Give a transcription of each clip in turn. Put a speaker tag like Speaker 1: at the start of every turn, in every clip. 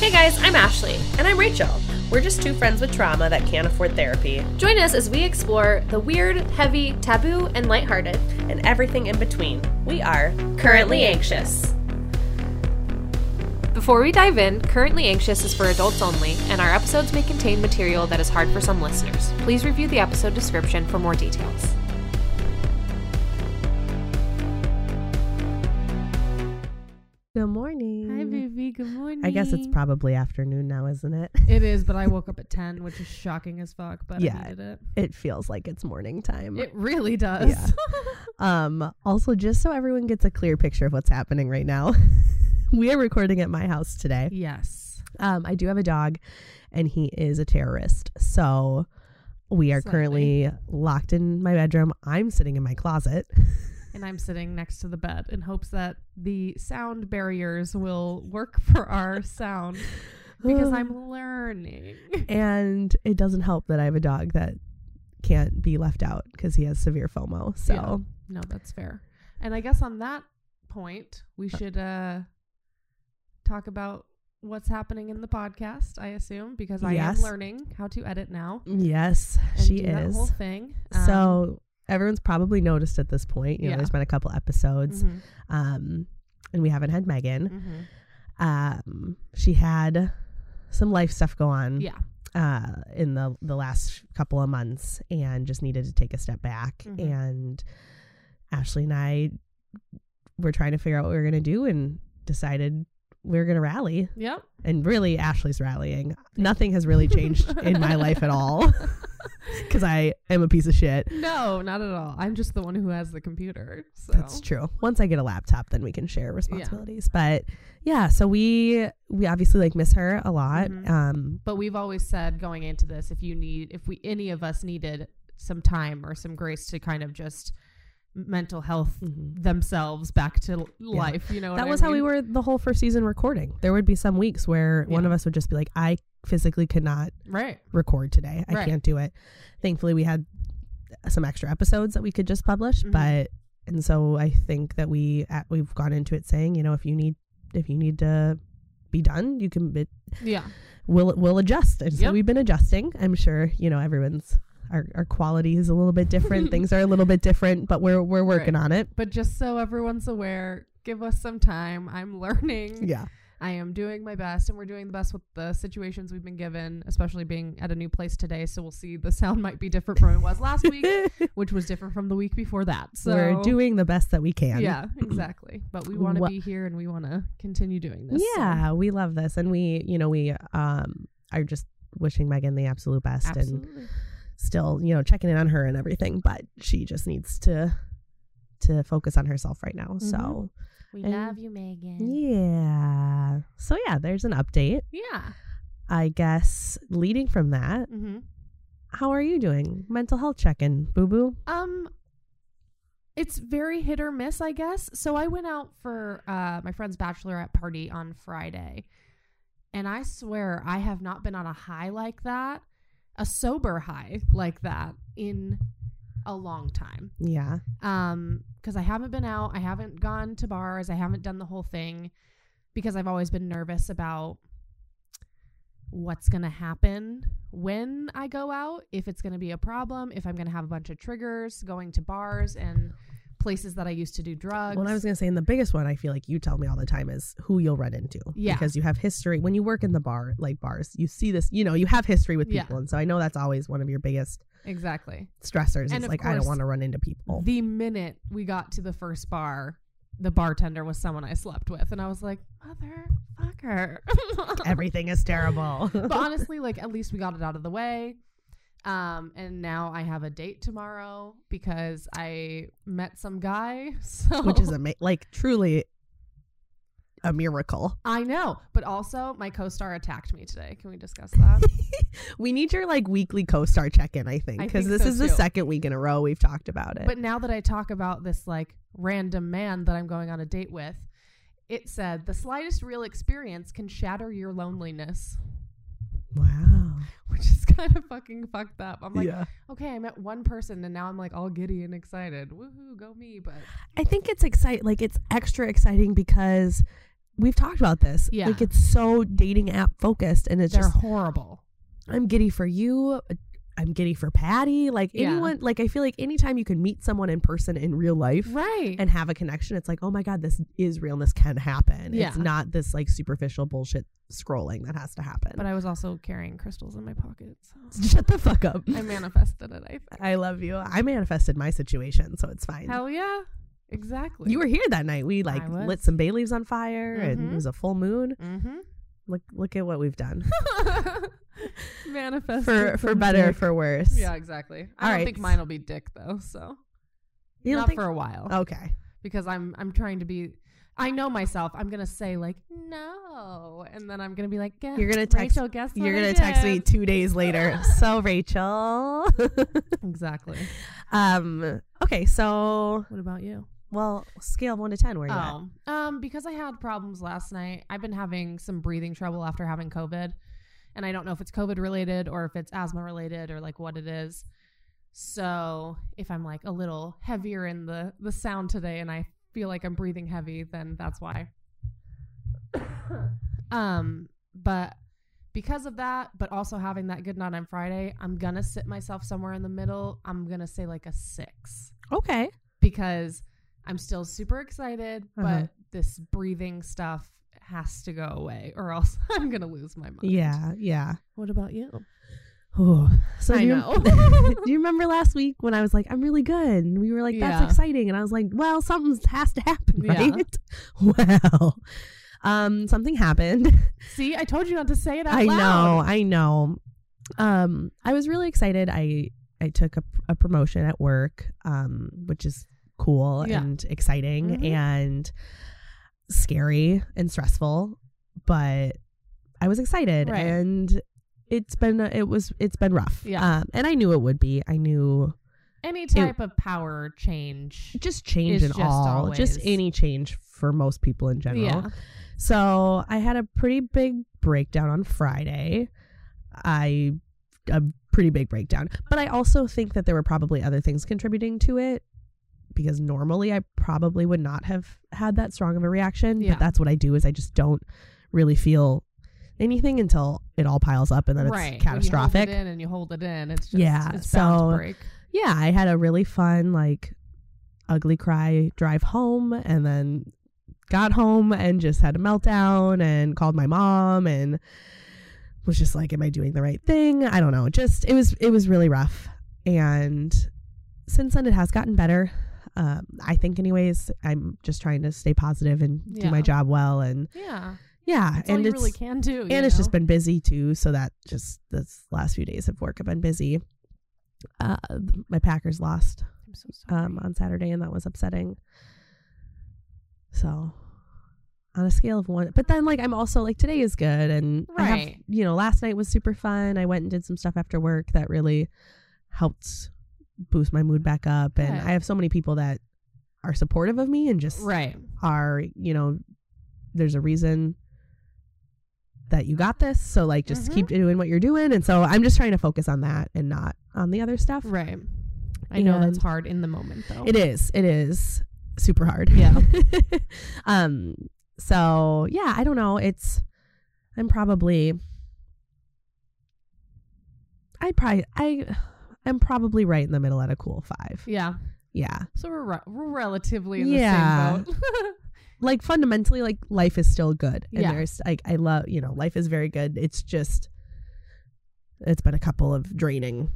Speaker 1: Hey guys, I'm Ashley.
Speaker 2: And I'm Rachel. We're just two friends with trauma that can't afford therapy
Speaker 1: Join us as we explore the weird, heavy, taboo, and lighthearted.
Speaker 2: and everything in between. We are
Speaker 1: Currently Anxious. Before we dive in, Currently Anxious is for adults only, and our episodes may contain material that is hard for some listeners. Please review the episode description for more details.
Speaker 2: Good morning.
Speaker 3: Hi, baby. Good morning.
Speaker 2: Mm, I guess it's probably afternoon now, isn't it?
Speaker 3: It is, but I woke up at ten, which is shocking as fuck. But
Speaker 2: Yeah.
Speaker 3: I needed
Speaker 2: It feels like it's morning time.
Speaker 3: it. It really does.
Speaker 2: Yeah. Um, also, just so everyone gets a clear picture of what's happening right now, we are recording at my house today.
Speaker 3: yes.
Speaker 2: Um, I do have a dog, and he is a terrorist. So we are
Speaker 3: Slightly.
Speaker 2: currently locked in my bedroom. I'm sitting in my closet.
Speaker 3: And I'm sitting next to the bed in hopes that the sound barriers will work for our sound because I'm learning.
Speaker 2: and it doesn't help that I have a dog that can't be left out because he has severe FOMO. So
Speaker 3: Yeah. No, that's fair. And I guess on that point, we should uh talk about what's happening in the podcast. I assume because I
Speaker 2: Yes.
Speaker 3: am learning how to edit now.
Speaker 2: yes,
Speaker 3: And
Speaker 2: she
Speaker 3: do that
Speaker 2: is.
Speaker 3: whole thing. Um,
Speaker 2: so everyone's probably noticed at this point. You know,
Speaker 3: Yeah.
Speaker 2: there's been a couple episodes,
Speaker 3: mhm,
Speaker 2: um, and we haven't had Megan.
Speaker 3: mhm.
Speaker 2: Um, she had some life stuff go on
Speaker 3: Yeah.
Speaker 2: uh, in the the last couple of months, and just needed to take a step back.
Speaker 3: Mhm.
Speaker 2: And Ashley and I were trying to figure out what we were gonna do, and decided we were gonna rally.
Speaker 3: Yep.
Speaker 2: and really Ashley's rallying. Nothing has really changed in my life at all because I am a piece of shit.
Speaker 3: No, not at all. I'm just the one who has the computer. So
Speaker 2: That's true. Once I get a laptop, then we can share responsibilities. But yeah, so we we obviously like miss her a lot.
Speaker 3: Mhm.
Speaker 2: Um,
Speaker 3: But we've always said going into this, if you need, if we any of us needed some time or some grace to kind of just mental health themselves back to l- life, you know, Mm-hmm. what
Speaker 2: that
Speaker 3: I
Speaker 2: was how we
Speaker 3: mean?
Speaker 2: were the whole first season recording. There would be some weeks where one
Speaker 3: Yeah.
Speaker 2: of us would just be like, I physically could not
Speaker 3: right.
Speaker 2: record today. I
Speaker 3: Right.
Speaker 2: can't do it. Thankfully, we had some extra episodes that we could just publish,
Speaker 3: Mhm.
Speaker 2: but and so I think that we at, we've gone into it saying, you know, if you need if you need to be done, you can it,
Speaker 3: Yeah,
Speaker 2: we'll we'll adjust. And so
Speaker 3: Yep.
Speaker 2: we've been adjusting. I'm sure, you know, everyone's our, our quality is a little bit different. Things are a little bit different, but we're we're working on it.
Speaker 3: but just so everyone's aware, give us some time. I'm learning.
Speaker 2: Yeah.
Speaker 3: I am doing my best, and we're doing the best with the situations we've been given, especially being at a new place today. So we'll see. The sound might be different from it was last week, which was different from the week before that. So
Speaker 2: we're doing the best that we can.
Speaker 3: Yeah, exactly. But we want to
Speaker 2: Wha-
Speaker 3: be here and we want to continue doing this. so
Speaker 2: yeah, we love this and we, you know, we um are just wishing Megan the absolute best and
Speaker 3: absolutely.
Speaker 2: still, you know, checking in on her and everything, but she just needs to to focus on herself right now. So,
Speaker 3: We
Speaker 2: and-
Speaker 3: love you, Megan.
Speaker 2: yeah. So yeah, there's an update.
Speaker 3: Yeah.
Speaker 2: I guess leading from that,
Speaker 3: hmm
Speaker 2: how are you doing? Mental health check-in, boo boo.
Speaker 3: Um, it's very hit or miss, I guess. So I went out for uh, my friend's bachelorette party on Friday, and I swear I have not been on a high like that, a sober high like that, in a long time.
Speaker 2: Yeah.
Speaker 3: um because i haven't been out i haven't gone to bars i haven't done the whole thing because i've always been nervous about what's going to happen when i go out if it's going to be a problem if i'm going to have a bunch of triggers going to bars and places that i used to do drugs
Speaker 2: Well, I was going to say and the biggest one I feel like you tell me all the time is who you'll run into
Speaker 3: Yeah.
Speaker 2: because you have history when you work in the bar, like bars. You see this, you know, you have history with
Speaker 3: Yeah.
Speaker 2: people and so I know that's always one of your biggest
Speaker 3: exactly
Speaker 2: stressors.
Speaker 3: And
Speaker 2: it's
Speaker 3: of
Speaker 2: like I don't
Speaker 3: course,
Speaker 2: want to run into people.
Speaker 3: the minute we got to the first bar the bartender was someone i slept with and i was like mother fucker
Speaker 2: Everything is terrible.
Speaker 3: but honestly, like at least we got it out of the way. Um, and now I have a date tomorrow because I met some guy. So
Speaker 2: which is ama- like truly a miracle.
Speaker 3: I know, but also my co-star attacked me today. Can we discuss that?
Speaker 2: We need your like weekly co-star check-in, I think,
Speaker 3: I
Speaker 2: because
Speaker 3: think
Speaker 2: this
Speaker 3: so,
Speaker 2: is the
Speaker 3: too.
Speaker 2: second week in a row we've talked about it.
Speaker 3: but now that I talk about this like random man that I'm going on a date with, it said the slightest real experience can shatter your loneliness,
Speaker 2: wow,
Speaker 3: which is kind of fucking fucked up. I'm like,
Speaker 2: yeah,
Speaker 3: okay, I met one person and now I'm like all giddy and excited. Woohoo, go me! But
Speaker 2: I think it's exciting. Like it's extra exciting because we've talked about this.
Speaker 3: Yeah.
Speaker 2: Like it's so dating app focused and it's
Speaker 3: They're
Speaker 2: just
Speaker 3: horrible.
Speaker 2: I'm giddy for you. uh, I'm giddy for Patty. Like
Speaker 3: Yeah.
Speaker 2: anyone like I feel like anytime you can meet someone in person in real life
Speaker 3: Right.
Speaker 2: and have a connection, it's like, oh my God, this is real and this can happen.
Speaker 3: Yeah.
Speaker 2: It's not this like superficial bullshit scrolling that has to happen.
Speaker 3: but I was also carrying crystals in my pocket. So
Speaker 2: Shut the fuck up.
Speaker 3: I manifested it. I think.
Speaker 2: I love you. I manifested my situation, so it's fine.
Speaker 3: Hell yeah. Exactly.
Speaker 2: you were here that night. We like
Speaker 3: I was.
Speaker 2: lit some bay leaves on fire and
Speaker 3: Mhm.
Speaker 2: it was a full moon.
Speaker 3: Mm-hmm.
Speaker 2: Look look at what we've done.
Speaker 3: Manifested
Speaker 2: for for
Speaker 3: some
Speaker 2: better
Speaker 3: dick.
Speaker 2: for worse.
Speaker 3: Yeah, exactly. I
Speaker 2: All
Speaker 3: don't
Speaker 2: right.
Speaker 3: think mine will be dick though, so
Speaker 2: You don't
Speaker 3: not
Speaker 2: think Oh.
Speaker 3: for a while
Speaker 2: Okay.
Speaker 3: because I'm I'm trying to be. I know myself. I'm gonna say like no, and then I'm gonna be like, "Guess-
Speaker 2: You're gonna text-
Speaker 3: Rachel, guess
Speaker 2: You're
Speaker 3: what I
Speaker 2: gonna text me
Speaker 3: did."
Speaker 2: two days later. so Rachel.
Speaker 3: exactly.
Speaker 2: um okay, so
Speaker 3: What about you?
Speaker 2: well, scale of one to ten, where you at?
Speaker 3: Oh, um, because I had problems last night. I've been having some breathing trouble after having COVID, and I don't know if it's COVID related or if it's asthma related or like what it is. So if I'm like a little heavier in the the sound today, and I feel like I'm breathing heavy, then that's why. um, but because of that, but also having that good night on Friday, I'm gonna sit myself somewhere in the middle. I'm gonna say like a six
Speaker 2: Okay.
Speaker 3: because I'm still super excited,
Speaker 2: Uh-huh.
Speaker 3: but this breathing stuff has to go away or else I'm going to lose my mind.
Speaker 2: Yeah, yeah.
Speaker 3: What about you?
Speaker 2: Oh, so
Speaker 3: I
Speaker 2: do you-
Speaker 3: know.
Speaker 2: do you remember last week when I was like, "I'm really good," and we were like, "That's
Speaker 3: Yeah.
Speaker 2: exciting," and I was like, "Well, something has to happen,
Speaker 3: Yeah.
Speaker 2: right?" Well, um, something happened.
Speaker 3: See, I told you not to say it out
Speaker 2: I
Speaker 3: loud.
Speaker 2: know, I know. Um, I was really excited. I I took a, a promotion at work, um, which is cool
Speaker 3: Yeah.
Speaker 2: and exciting
Speaker 3: Mhm.
Speaker 2: and scary and stressful, but I was excited
Speaker 3: Right.
Speaker 2: and it's been it was it's been rough.
Speaker 3: Yeah.
Speaker 2: Um, and I knew it would be. I knew
Speaker 3: Any type of power change.
Speaker 2: just change
Speaker 3: It's
Speaker 2: in
Speaker 3: just
Speaker 2: all, just
Speaker 3: always-
Speaker 2: any change for most people in general.
Speaker 3: Yeah.
Speaker 2: So I had a pretty big breakdown on Friday. I a pretty big breakdown, but I also think that there were probably other things contributing to it because normally I probably would not have had that strong of a reaction.
Speaker 3: Yeah.
Speaker 2: But that's what I do is I just don't really feel anything until it all piles up and then it's
Speaker 3: right. When
Speaker 2: catastrophic.
Speaker 3: you hold it in and you hold it in. It's just,
Speaker 2: Yeah,
Speaker 3: it's bound to
Speaker 2: so-
Speaker 3: break.
Speaker 2: Yeah, I had a really fun like ugly cry drive home and then got home and just had a meltdown and called my mom and was just like am I doing the right thing? I don't know. Just it was it was really rough and since then it has gotten better. Um, I think anyways, I'm just trying to stay positive and do
Speaker 3: Yeah.
Speaker 2: my job well and
Speaker 3: Yeah.
Speaker 2: yeah,
Speaker 3: That's
Speaker 2: and
Speaker 3: all you
Speaker 2: it's
Speaker 3: really can do. you
Speaker 2: and it's just
Speaker 3: know?
Speaker 2: been busy too so that just this last few days of work have been busy uh my packers lost
Speaker 3: I'm so sorry.
Speaker 2: um on saturday and that was upsetting so on a scale of one but then like i'm also like today is good and I have-
Speaker 3: Right.
Speaker 2: you know last night was super fun i went and did some stuff after work that really helped boost my mood back up and
Speaker 3: Good.
Speaker 2: i have so many people that are supportive of me and just
Speaker 3: right.
Speaker 2: are you know there's a reason that you got this so like just
Speaker 3: Mhm.
Speaker 2: keep doing what you're doing and so i'm just trying to focus on that and not on the other stuff
Speaker 3: Right. I know that's
Speaker 2: And-
Speaker 3: hard in the moment though.
Speaker 2: it is it is super hard
Speaker 3: Yeah.
Speaker 2: um so yeah i don't know it's i'm probably i probably i i'm probably right in the middle at a cool five
Speaker 3: Yeah.
Speaker 2: yeah
Speaker 3: So we're, re- we're relatively in
Speaker 2: Yeah.
Speaker 3: the same boat.
Speaker 2: like fundamentally like life is still good and
Speaker 3: Yeah.
Speaker 2: there's like i love you know life is very good it's just it's been a couple of draining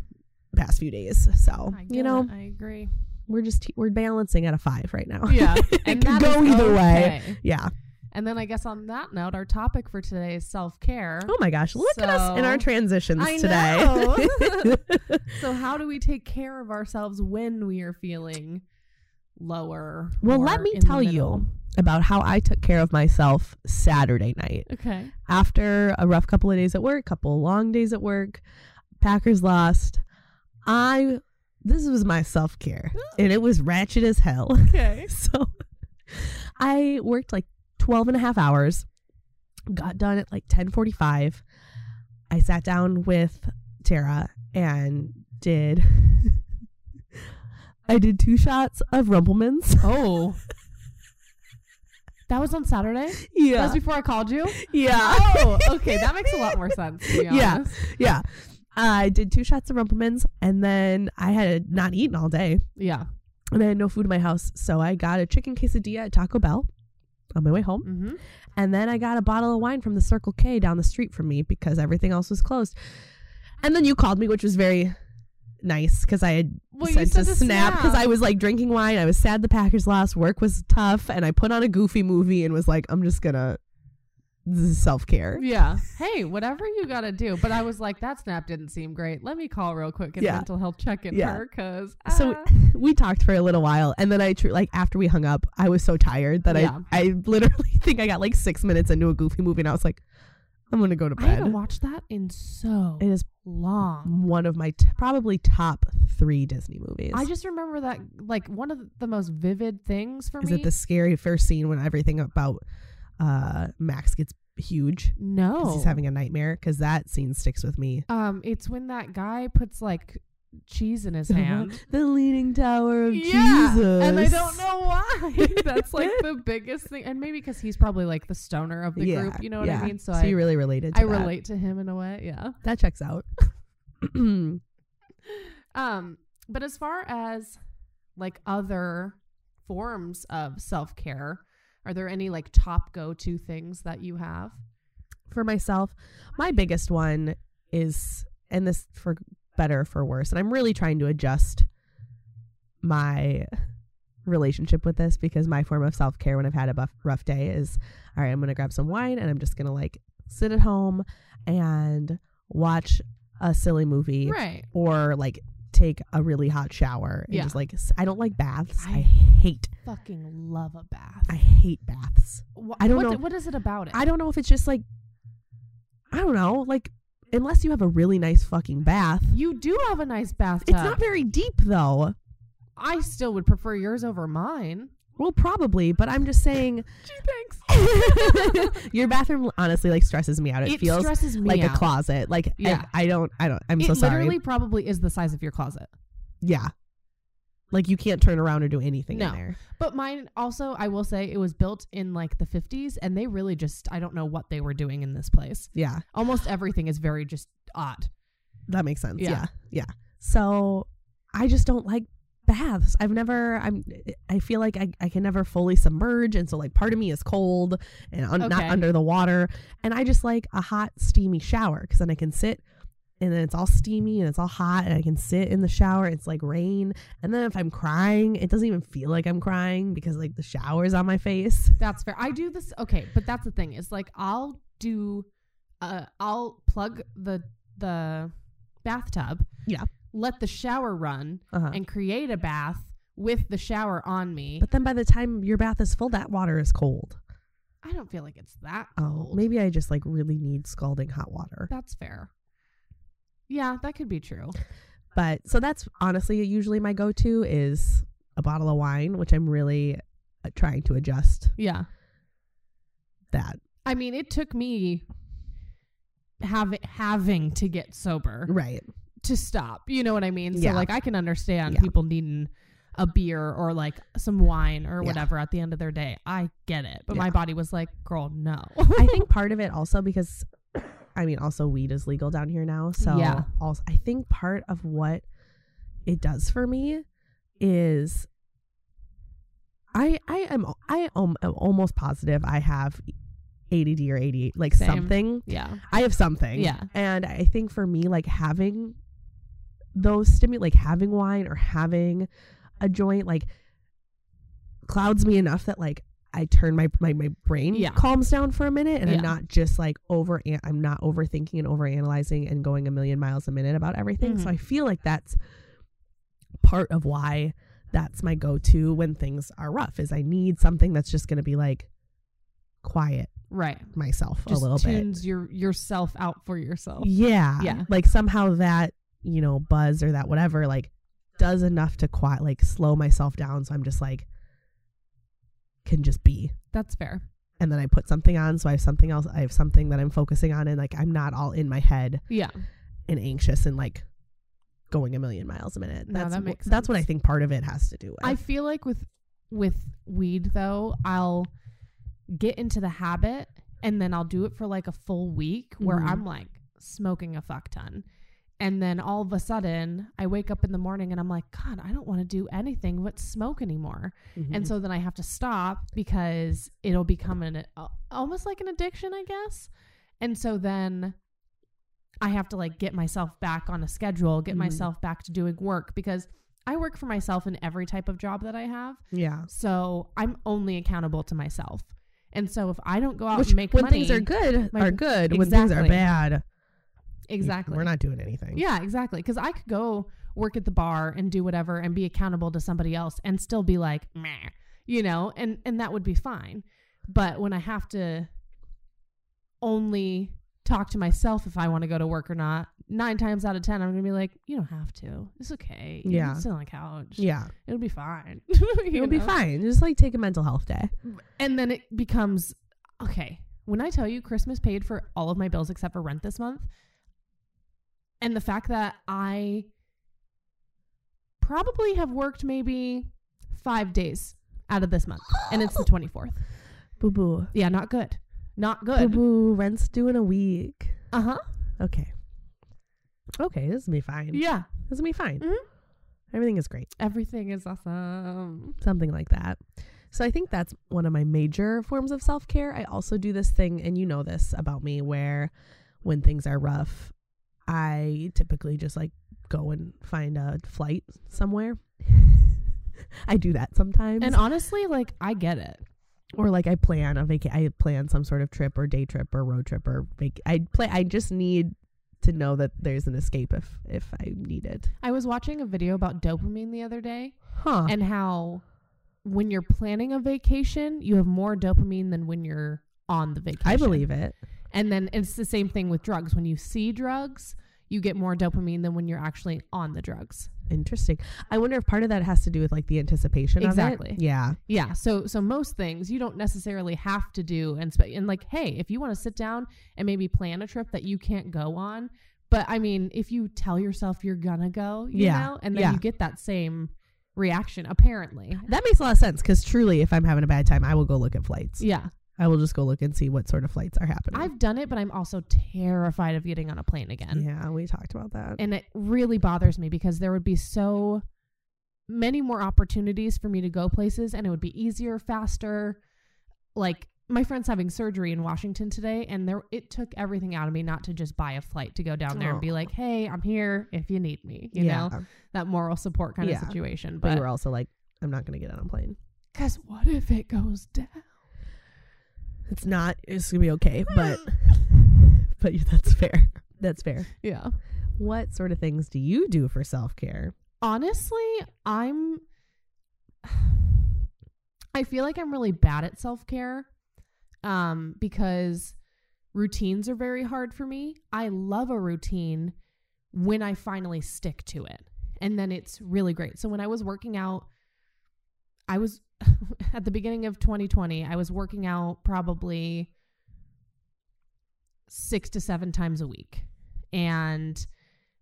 Speaker 2: past few days so
Speaker 3: I
Speaker 2: you
Speaker 3: get
Speaker 2: know
Speaker 3: it. I agree.
Speaker 2: we're just we're balancing at a five right now
Speaker 3: Yeah,
Speaker 2: it
Speaker 3: that
Speaker 2: could go
Speaker 3: is
Speaker 2: either way
Speaker 3: okay.
Speaker 2: yeah
Speaker 3: And then I guess on that note, our topic for today is self care.
Speaker 2: oh my gosh look at us in our
Speaker 3: So-
Speaker 2: transitions
Speaker 3: I
Speaker 2: today
Speaker 3: So how do we take care of ourselves when we are feeling lower?
Speaker 2: well
Speaker 3: or
Speaker 2: let me
Speaker 3: in the
Speaker 2: tell
Speaker 3: middle?
Speaker 2: you about how i took care of myself saturday night
Speaker 3: Okay.
Speaker 2: after a rough couple of days at work, couple long days at work, Packers lost. I this was my self care, and it was ratchet as hell.
Speaker 3: Okay.
Speaker 2: so I worked like 12 and a half hours, got done at like 10:45. I sat down with Tara and did Oh. I did two shots of Rumplemans.
Speaker 3: Oh. That was on Saturday. That
Speaker 2: Yeah.
Speaker 3: was before I called you.
Speaker 2: yeah.
Speaker 3: Oh, okay. That makes a lot more sense. To be
Speaker 2: Yeah.
Speaker 3: honest.
Speaker 2: Yeah. I did two shots of Rumplemans and then I had not eaten all day
Speaker 3: Yeah.
Speaker 2: and I had no food in my house. So I got a chicken quesadilla at Taco Bell on my way home.
Speaker 3: Mm-hmm.
Speaker 2: And then I got a bottle of wine from the Circle K down the street from me because everything else was closed. And then you called me, which was very nice because I had
Speaker 3: Well,
Speaker 2: sent, a snap because I
Speaker 3: I
Speaker 2: was like drinking wine. I was sad the Packers lost. Work was tough. And I put on a goofy movie and was like, I'm just going to self care.
Speaker 3: Yeah. Hey, whatever you gotta do. But I was like, that snap didn't seem great. Let me call real quick and
Speaker 2: Yeah.
Speaker 3: mental health check in
Speaker 2: Yeah.
Speaker 3: her because
Speaker 2: So-
Speaker 3: ah.
Speaker 2: we talked for a little while and then i tr- like after we hung up i was so tired that
Speaker 3: Yeah.
Speaker 2: i i literally think i got like six minutes into a goofy movie and i was like i'm gonna go to
Speaker 3: I haven't
Speaker 2: bed
Speaker 3: watched that in so
Speaker 2: it is
Speaker 3: long.
Speaker 2: one of my t- probably top three disney movies
Speaker 3: I just remember that like one of the most vivid things for
Speaker 2: is
Speaker 3: me.
Speaker 2: it the scary first scene when everything about uh max gets huge 'cause
Speaker 3: no.
Speaker 2: he's having a nightmare because that scene sticks with me
Speaker 3: um, it's when that guy puts like cheese in his hand.
Speaker 2: the leaning tower of Oh, jesus
Speaker 3: and I don't know why. That's like the biggest thing, and maybe because he's probably like the stoner of the
Speaker 2: yeah,
Speaker 3: group. You know what
Speaker 2: yeah.
Speaker 3: I mean? So,
Speaker 2: so
Speaker 3: I,
Speaker 2: you really related to
Speaker 3: I
Speaker 2: that.
Speaker 3: relate to him in a way. Yeah.
Speaker 2: that checks out
Speaker 3: Um, but as far as like other forms of self care, are there any like top go to things that you have?
Speaker 2: for myself, my biggest one is, and this for better or for worse, and I'm really trying to adjust my relationship with this because my form of self care when I've had a buff, rough day is, all right, I'm going to grab some wine and I'm just going to like sit at home and watch a silly movie
Speaker 3: Right.
Speaker 2: or like take a really hot shower and
Speaker 3: Yeah.
Speaker 2: just like s- I don't like baths. I,
Speaker 3: I-
Speaker 2: hate
Speaker 3: Fucking love a bath.
Speaker 2: I hate baths.
Speaker 3: Wha-
Speaker 2: I don't
Speaker 3: what,
Speaker 2: know-
Speaker 3: What is it about it?
Speaker 2: I don't know if it's just like I don't know, like unless you have a really nice fucking bath.
Speaker 3: you do have a nice bathtub.
Speaker 2: It's not very deep though.
Speaker 3: I still would prefer yours over mine.
Speaker 2: Well, probably, but I'm just saying
Speaker 3: Gee, thanks.
Speaker 2: your bathroom honestly like stresses me out. It,
Speaker 3: It
Speaker 2: feels
Speaker 3: stresses me
Speaker 2: like
Speaker 3: out.
Speaker 2: a closet. Like
Speaker 3: Yeah.
Speaker 2: I, I don't I don't I'm
Speaker 3: It
Speaker 2: so sorry.
Speaker 3: literally probably is the size of your closet.
Speaker 2: yeah. Like you can't turn around or do anything
Speaker 3: No.
Speaker 2: in there.
Speaker 3: But mine also, I will say, it was built in like the 50s, and they really just, I don't know what they were doing in this place.
Speaker 2: Yeah.
Speaker 3: Almost everything is very just odd.
Speaker 2: That makes sense.
Speaker 3: Yeah.
Speaker 2: Yeah. yeah. So I just don't like baths. I've never I'm I feel like I, I can never fully submerge and so like part of me is cold and un- not
Speaker 3: Okay.
Speaker 2: under the water and I just like a hot steamy shower cuz then I can sit and then it's all steamy and it's all hot and I can sit in the shower it's like rain and then if I'm crying it doesn't even feel like I'm crying because like the shower's on my face.
Speaker 3: That's fair. I do this. Okay, but that's the thing. Is like I'll do, uh, I'll plug the the bathtub.
Speaker 2: Yeah.
Speaker 3: Let the shower run
Speaker 2: Uh-huh.
Speaker 3: and create a bath with the shower on me.
Speaker 2: But then by the time your bath is full that water is cold.
Speaker 3: I don't feel like it's that
Speaker 2: Oh,
Speaker 3: cold.
Speaker 2: maybe I just like really need scalding hot water.
Speaker 3: that's fair. Yeah, that could be true.
Speaker 2: but so that's honestly usually my go-to is a bottle of wine which i'm really uh, trying to adjust
Speaker 3: Yeah.
Speaker 2: that
Speaker 3: I mean, it took me having having to get sober
Speaker 2: right
Speaker 3: to stop. You know what I mean? So
Speaker 2: Yeah.
Speaker 3: like I can understand
Speaker 2: Yeah.
Speaker 3: people needing a beer or like some wine or
Speaker 2: Yeah.
Speaker 3: whatever at the end of their day. I get it. But my
Speaker 2: Yeah.
Speaker 3: body was like, girl, no.
Speaker 2: i think part of it also because i mean also weed is legal down here now so
Speaker 3: Yeah.
Speaker 2: also i think part of what it does for me is i i am i am am almost positive i have ADD or ADHD, like
Speaker 3: Same.
Speaker 2: something
Speaker 3: yeah.
Speaker 2: I have something.
Speaker 3: Yeah.
Speaker 2: And I think for me, like having those stimuli, like having wine or having a joint, like clouds me enough that like I turn my my, my brain
Speaker 3: Yeah.
Speaker 2: calms down for a minute and
Speaker 3: Yeah.
Speaker 2: I'm not just like over I'm not overthinking and overanalyzing and going a million miles a minute about everything.
Speaker 3: Mhm.
Speaker 2: So I feel like that's part of why that's my go-to when things are rough is I need something that's just going to be like quiet
Speaker 3: Right.
Speaker 2: myself
Speaker 3: Just
Speaker 2: a little bit.
Speaker 3: tunes your yourself out for yourself.
Speaker 2: Yeah.
Speaker 3: Yeah.
Speaker 2: Like somehow that, you know, buzz or that whatever, like does enough to quiet, like slow myself down. So I'm just like, can just be.
Speaker 3: That's fair.
Speaker 2: And then I put something on. So I have something else. I have something that I'm focusing on. And like, I'm not all in my head
Speaker 3: Yeah.
Speaker 2: and anxious and like going a million miles a minute.
Speaker 3: No,
Speaker 2: That's,
Speaker 3: that
Speaker 2: wh-
Speaker 3: makes
Speaker 2: that's what I
Speaker 3: sense.
Speaker 2: think part of it has to do with.
Speaker 3: I feel like with with weed though, I'll get into the habit and then I'll do it for like a full week where
Speaker 2: Mhm.
Speaker 3: I'm like smoking a fuck ton. And then all of a sudden, I wake up in the morning and I'm like, God, I don't want to do anything but smoke anymore. And so then I have to stop because it'll become an uh, almost like an addiction, I guess. And so then I have to like get myself back on a schedule, get
Speaker 2: Mhm.
Speaker 3: myself back to doing work because I work for myself in every type of job that I have.
Speaker 2: yeah.
Speaker 3: So I'm only accountable to myself. And so if I don't go out
Speaker 2: Which
Speaker 3: and Oh, make
Speaker 2: when
Speaker 3: money,
Speaker 2: things are good
Speaker 3: my-
Speaker 2: are good. When things are
Speaker 3: Exactly.
Speaker 2: bad,
Speaker 3: exactly.
Speaker 2: we're not doing anything.
Speaker 3: Yeah, exactly. Because I could go work at the bar and do whatever and be accountable to somebody else and still be like, meh, you know, and and that would be fine. But when I have to only talk to myself if I want to go to work or not, nine times out of ten, I'm gonna be like, you don't have to. It's okay. You
Speaker 2: Yeah.
Speaker 3: can sit on the couch.
Speaker 2: yeah.
Speaker 3: it'll be fine.
Speaker 2: It'll be fine. Just like take a mental health day.
Speaker 3: And then it becomes okay. When I tell you Christmas paid for all of my bills except for rent this month, and the fact that I probably have worked maybe five days out of this month, and it's the 24th.
Speaker 2: Boo boo.
Speaker 3: Yeah, not good. Not
Speaker 2: Boo
Speaker 3: good.
Speaker 2: boo. Rent's due in a week.
Speaker 3: Uh huh.
Speaker 2: Okay. Okay, this will be fine.
Speaker 3: Yeah.
Speaker 2: This will be fine.
Speaker 3: Mhm.
Speaker 2: Everything is great.
Speaker 3: Everything is awesome.
Speaker 2: Something like that. So I think that's one of my major forms of self care. I also do this thing, and you know this about me, where when things are rough, I typically just like go and find a flight somewhere. I do that sometimes.
Speaker 3: And honestly, like, I get it.
Speaker 2: or like I plan a vaca- I plan some sort of trip or day trip or road trip or vac- I play. I just need to know that there's an escape if if I need it.
Speaker 3: I was watching a video about dopamine the other day,
Speaker 2: Huh?
Speaker 3: and how when you're planning a vacation, you have more dopamine than when you're on the vacation.
Speaker 2: I believe it.
Speaker 3: And then it's the same thing with drugs. When you see drugs, you get more dopamine than when you're actually on the drugs.
Speaker 2: Interesting. I wonder if part of that has to do with like the anticipation. of it.
Speaker 3: Exactly.
Speaker 2: Yeah.
Speaker 3: Yeah. So so most things you don't necessarily have to do and spe- and like hey, if you want to sit down and maybe plan a trip that you can't go on, but I mean, if you tell yourself you're gonna go, you
Speaker 2: Yeah.
Speaker 3: know, and then
Speaker 2: Yeah.
Speaker 3: you get that same reaction apparently.
Speaker 2: That makes a lot of sense because truly, if I'm having a bad time, I will go look at flights.
Speaker 3: Yeah.
Speaker 2: I will just go look and see what sort of flights are happening.
Speaker 3: I've done it, but I'm also terrified of getting on a plane again.
Speaker 2: yeah, we talked about that.
Speaker 3: and it really bothers me because there would be so many more opportunities for me to go places and it would be easier faster like my friend's having surgery in Washington today and there it took everything out of me not to just buy a flight to go down there and be
Speaker 2: Aw.
Speaker 3: like hey I'm here if you need me you
Speaker 2: yeah.
Speaker 3: know that moral support kind
Speaker 2: Yeah.
Speaker 3: of situation
Speaker 2: but you
Speaker 3: but
Speaker 2: were also like, I'm not going to get on a plane.
Speaker 3: cuz what if it goes down
Speaker 2: It's not. It's gonna be okay, but but yeah, that's fair. That's fair.
Speaker 3: yeah
Speaker 2: What sort of things do you do for self care?
Speaker 3: honestly i'm i feel like i'm really bad at self-care um because routines are very hard for me i love a routine when i finally stick to it and then it's really great so when i was working out i was at the beginning of 2020 i was working out probably 6 to 7 times a week and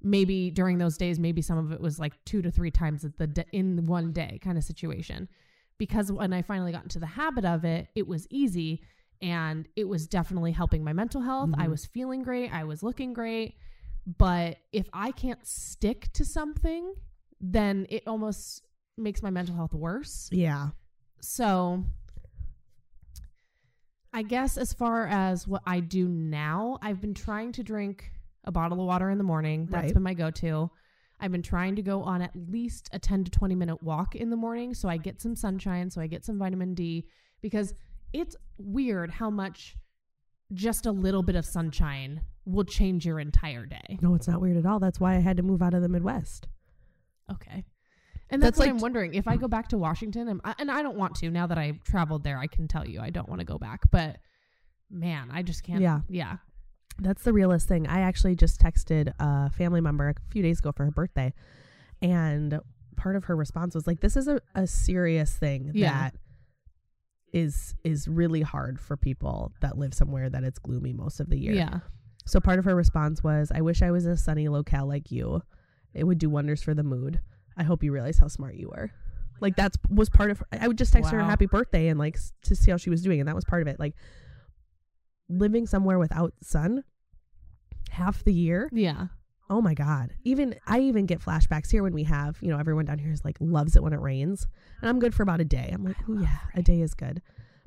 Speaker 3: maybe during those days maybe some of it was like two to three times at the d- in one day kind of situation because when i finally got into the habit of it it was easy and it was definitely helping my mental health i
Speaker 2: Mhm.
Speaker 3: was feeling great i was looking great but if i can't stick to something then it almost makes my mental health worse
Speaker 2: Yeah,
Speaker 3: so I guess as far as what I do now, I've been trying to drink a bottle of water in the morning. That's
Speaker 2: Right.
Speaker 3: been my go-to. I've been trying to go on at least a 10 to 20 minute walk in the morning so I get some sunshine, so I get some vitamin D because it's weird how much just a little bit of sunshine will change your entire day.
Speaker 2: no, it's not weird at all. That's why I had to move out of the Midwest.
Speaker 3: Okay. And that's,
Speaker 2: That's
Speaker 3: what
Speaker 2: like-
Speaker 3: I'm wondering. If I go back to Washington, and I, and I don't want to now that I've traveled there, I can tell you I don't want to go back. But man, I just can't.
Speaker 2: Yeah.
Speaker 3: Yeah.
Speaker 2: That's the realest thing. I actually just texted a family member a few days ago for her birthday, and part of her response was like, "This is a, a serious thing
Speaker 3: Yeah.
Speaker 2: that is is really hard for people that live somewhere that it's gloomy most of the year."
Speaker 3: Yeah.
Speaker 2: So part of her response was, I wish I was in a sunny locale like you. It would do wonders for the mood. I hope you realize how smart you were. Like that's was part of. I would just text her
Speaker 3: Wow.
Speaker 2: happy birthday and like s- to see how she was doing, and that was part of it. Like living somewhere without sun half the year.
Speaker 3: Yeah.
Speaker 2: Oh my god. Even I even get flashbacks here when we have, you know, everyone down here is like loves it when it rains. And I'm good for about a day. I'm like, "Oh yeah, a day is good."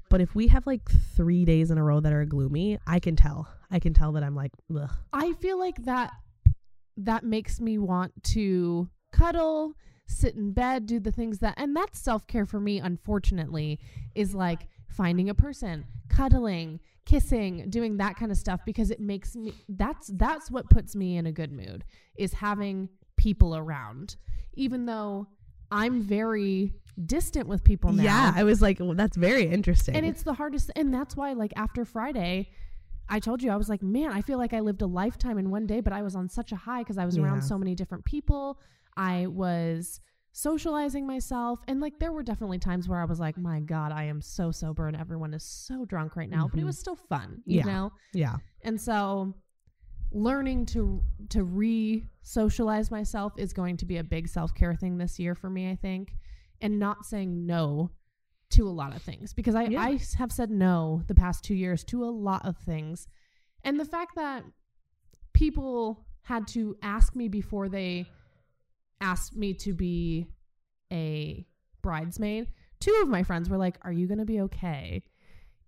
Speaker 2: But if we have like 3 days in a row that are gloomy, I can tell. I can tell that I'm like, Ugh.
Speaker 3: I feel like that that makes me want to cuddle, sit in bed, do the things that and that's self-care for me unfortunately is like finding a person, cuddling, kissing, doing that kind of stuff because it makes me that's that's what puts me in a good mood is having people around. Even though I'm very distant with people now.
Speaker 2: Yeah, I was like, well, that's very interesting.
Speaker 3: And it's the hardest. And that's why, like, after Friday, I told you, I was like, man, I feel like I lived a lifetime in one day, but I was on such a high because I was
Speaker 2: Yeah.
Speaker 3: around so many different people. I was socializing myself. And, like, there were definitely times where I was like, my God, I am so sober and everyone is so drunk right now. But it
Speaker 2: Mhm.
Speaker 3: was still fun, you
Speaker 2: Yeah.
Speaker 3: know?
Speaker 2: yeah.
Speaker 3: And so learning to to re-socialize myself is going to be a big self-care thing this year for me, I think, and not saying no to a lot of things because I
Speaker 2: Yeah.
Speaker 3: I have said no the past 2 years to a lot of things. And the fact that people had to ask me before they asked me to be a bridesmaid, two of my friends were like, "Are you going to be okay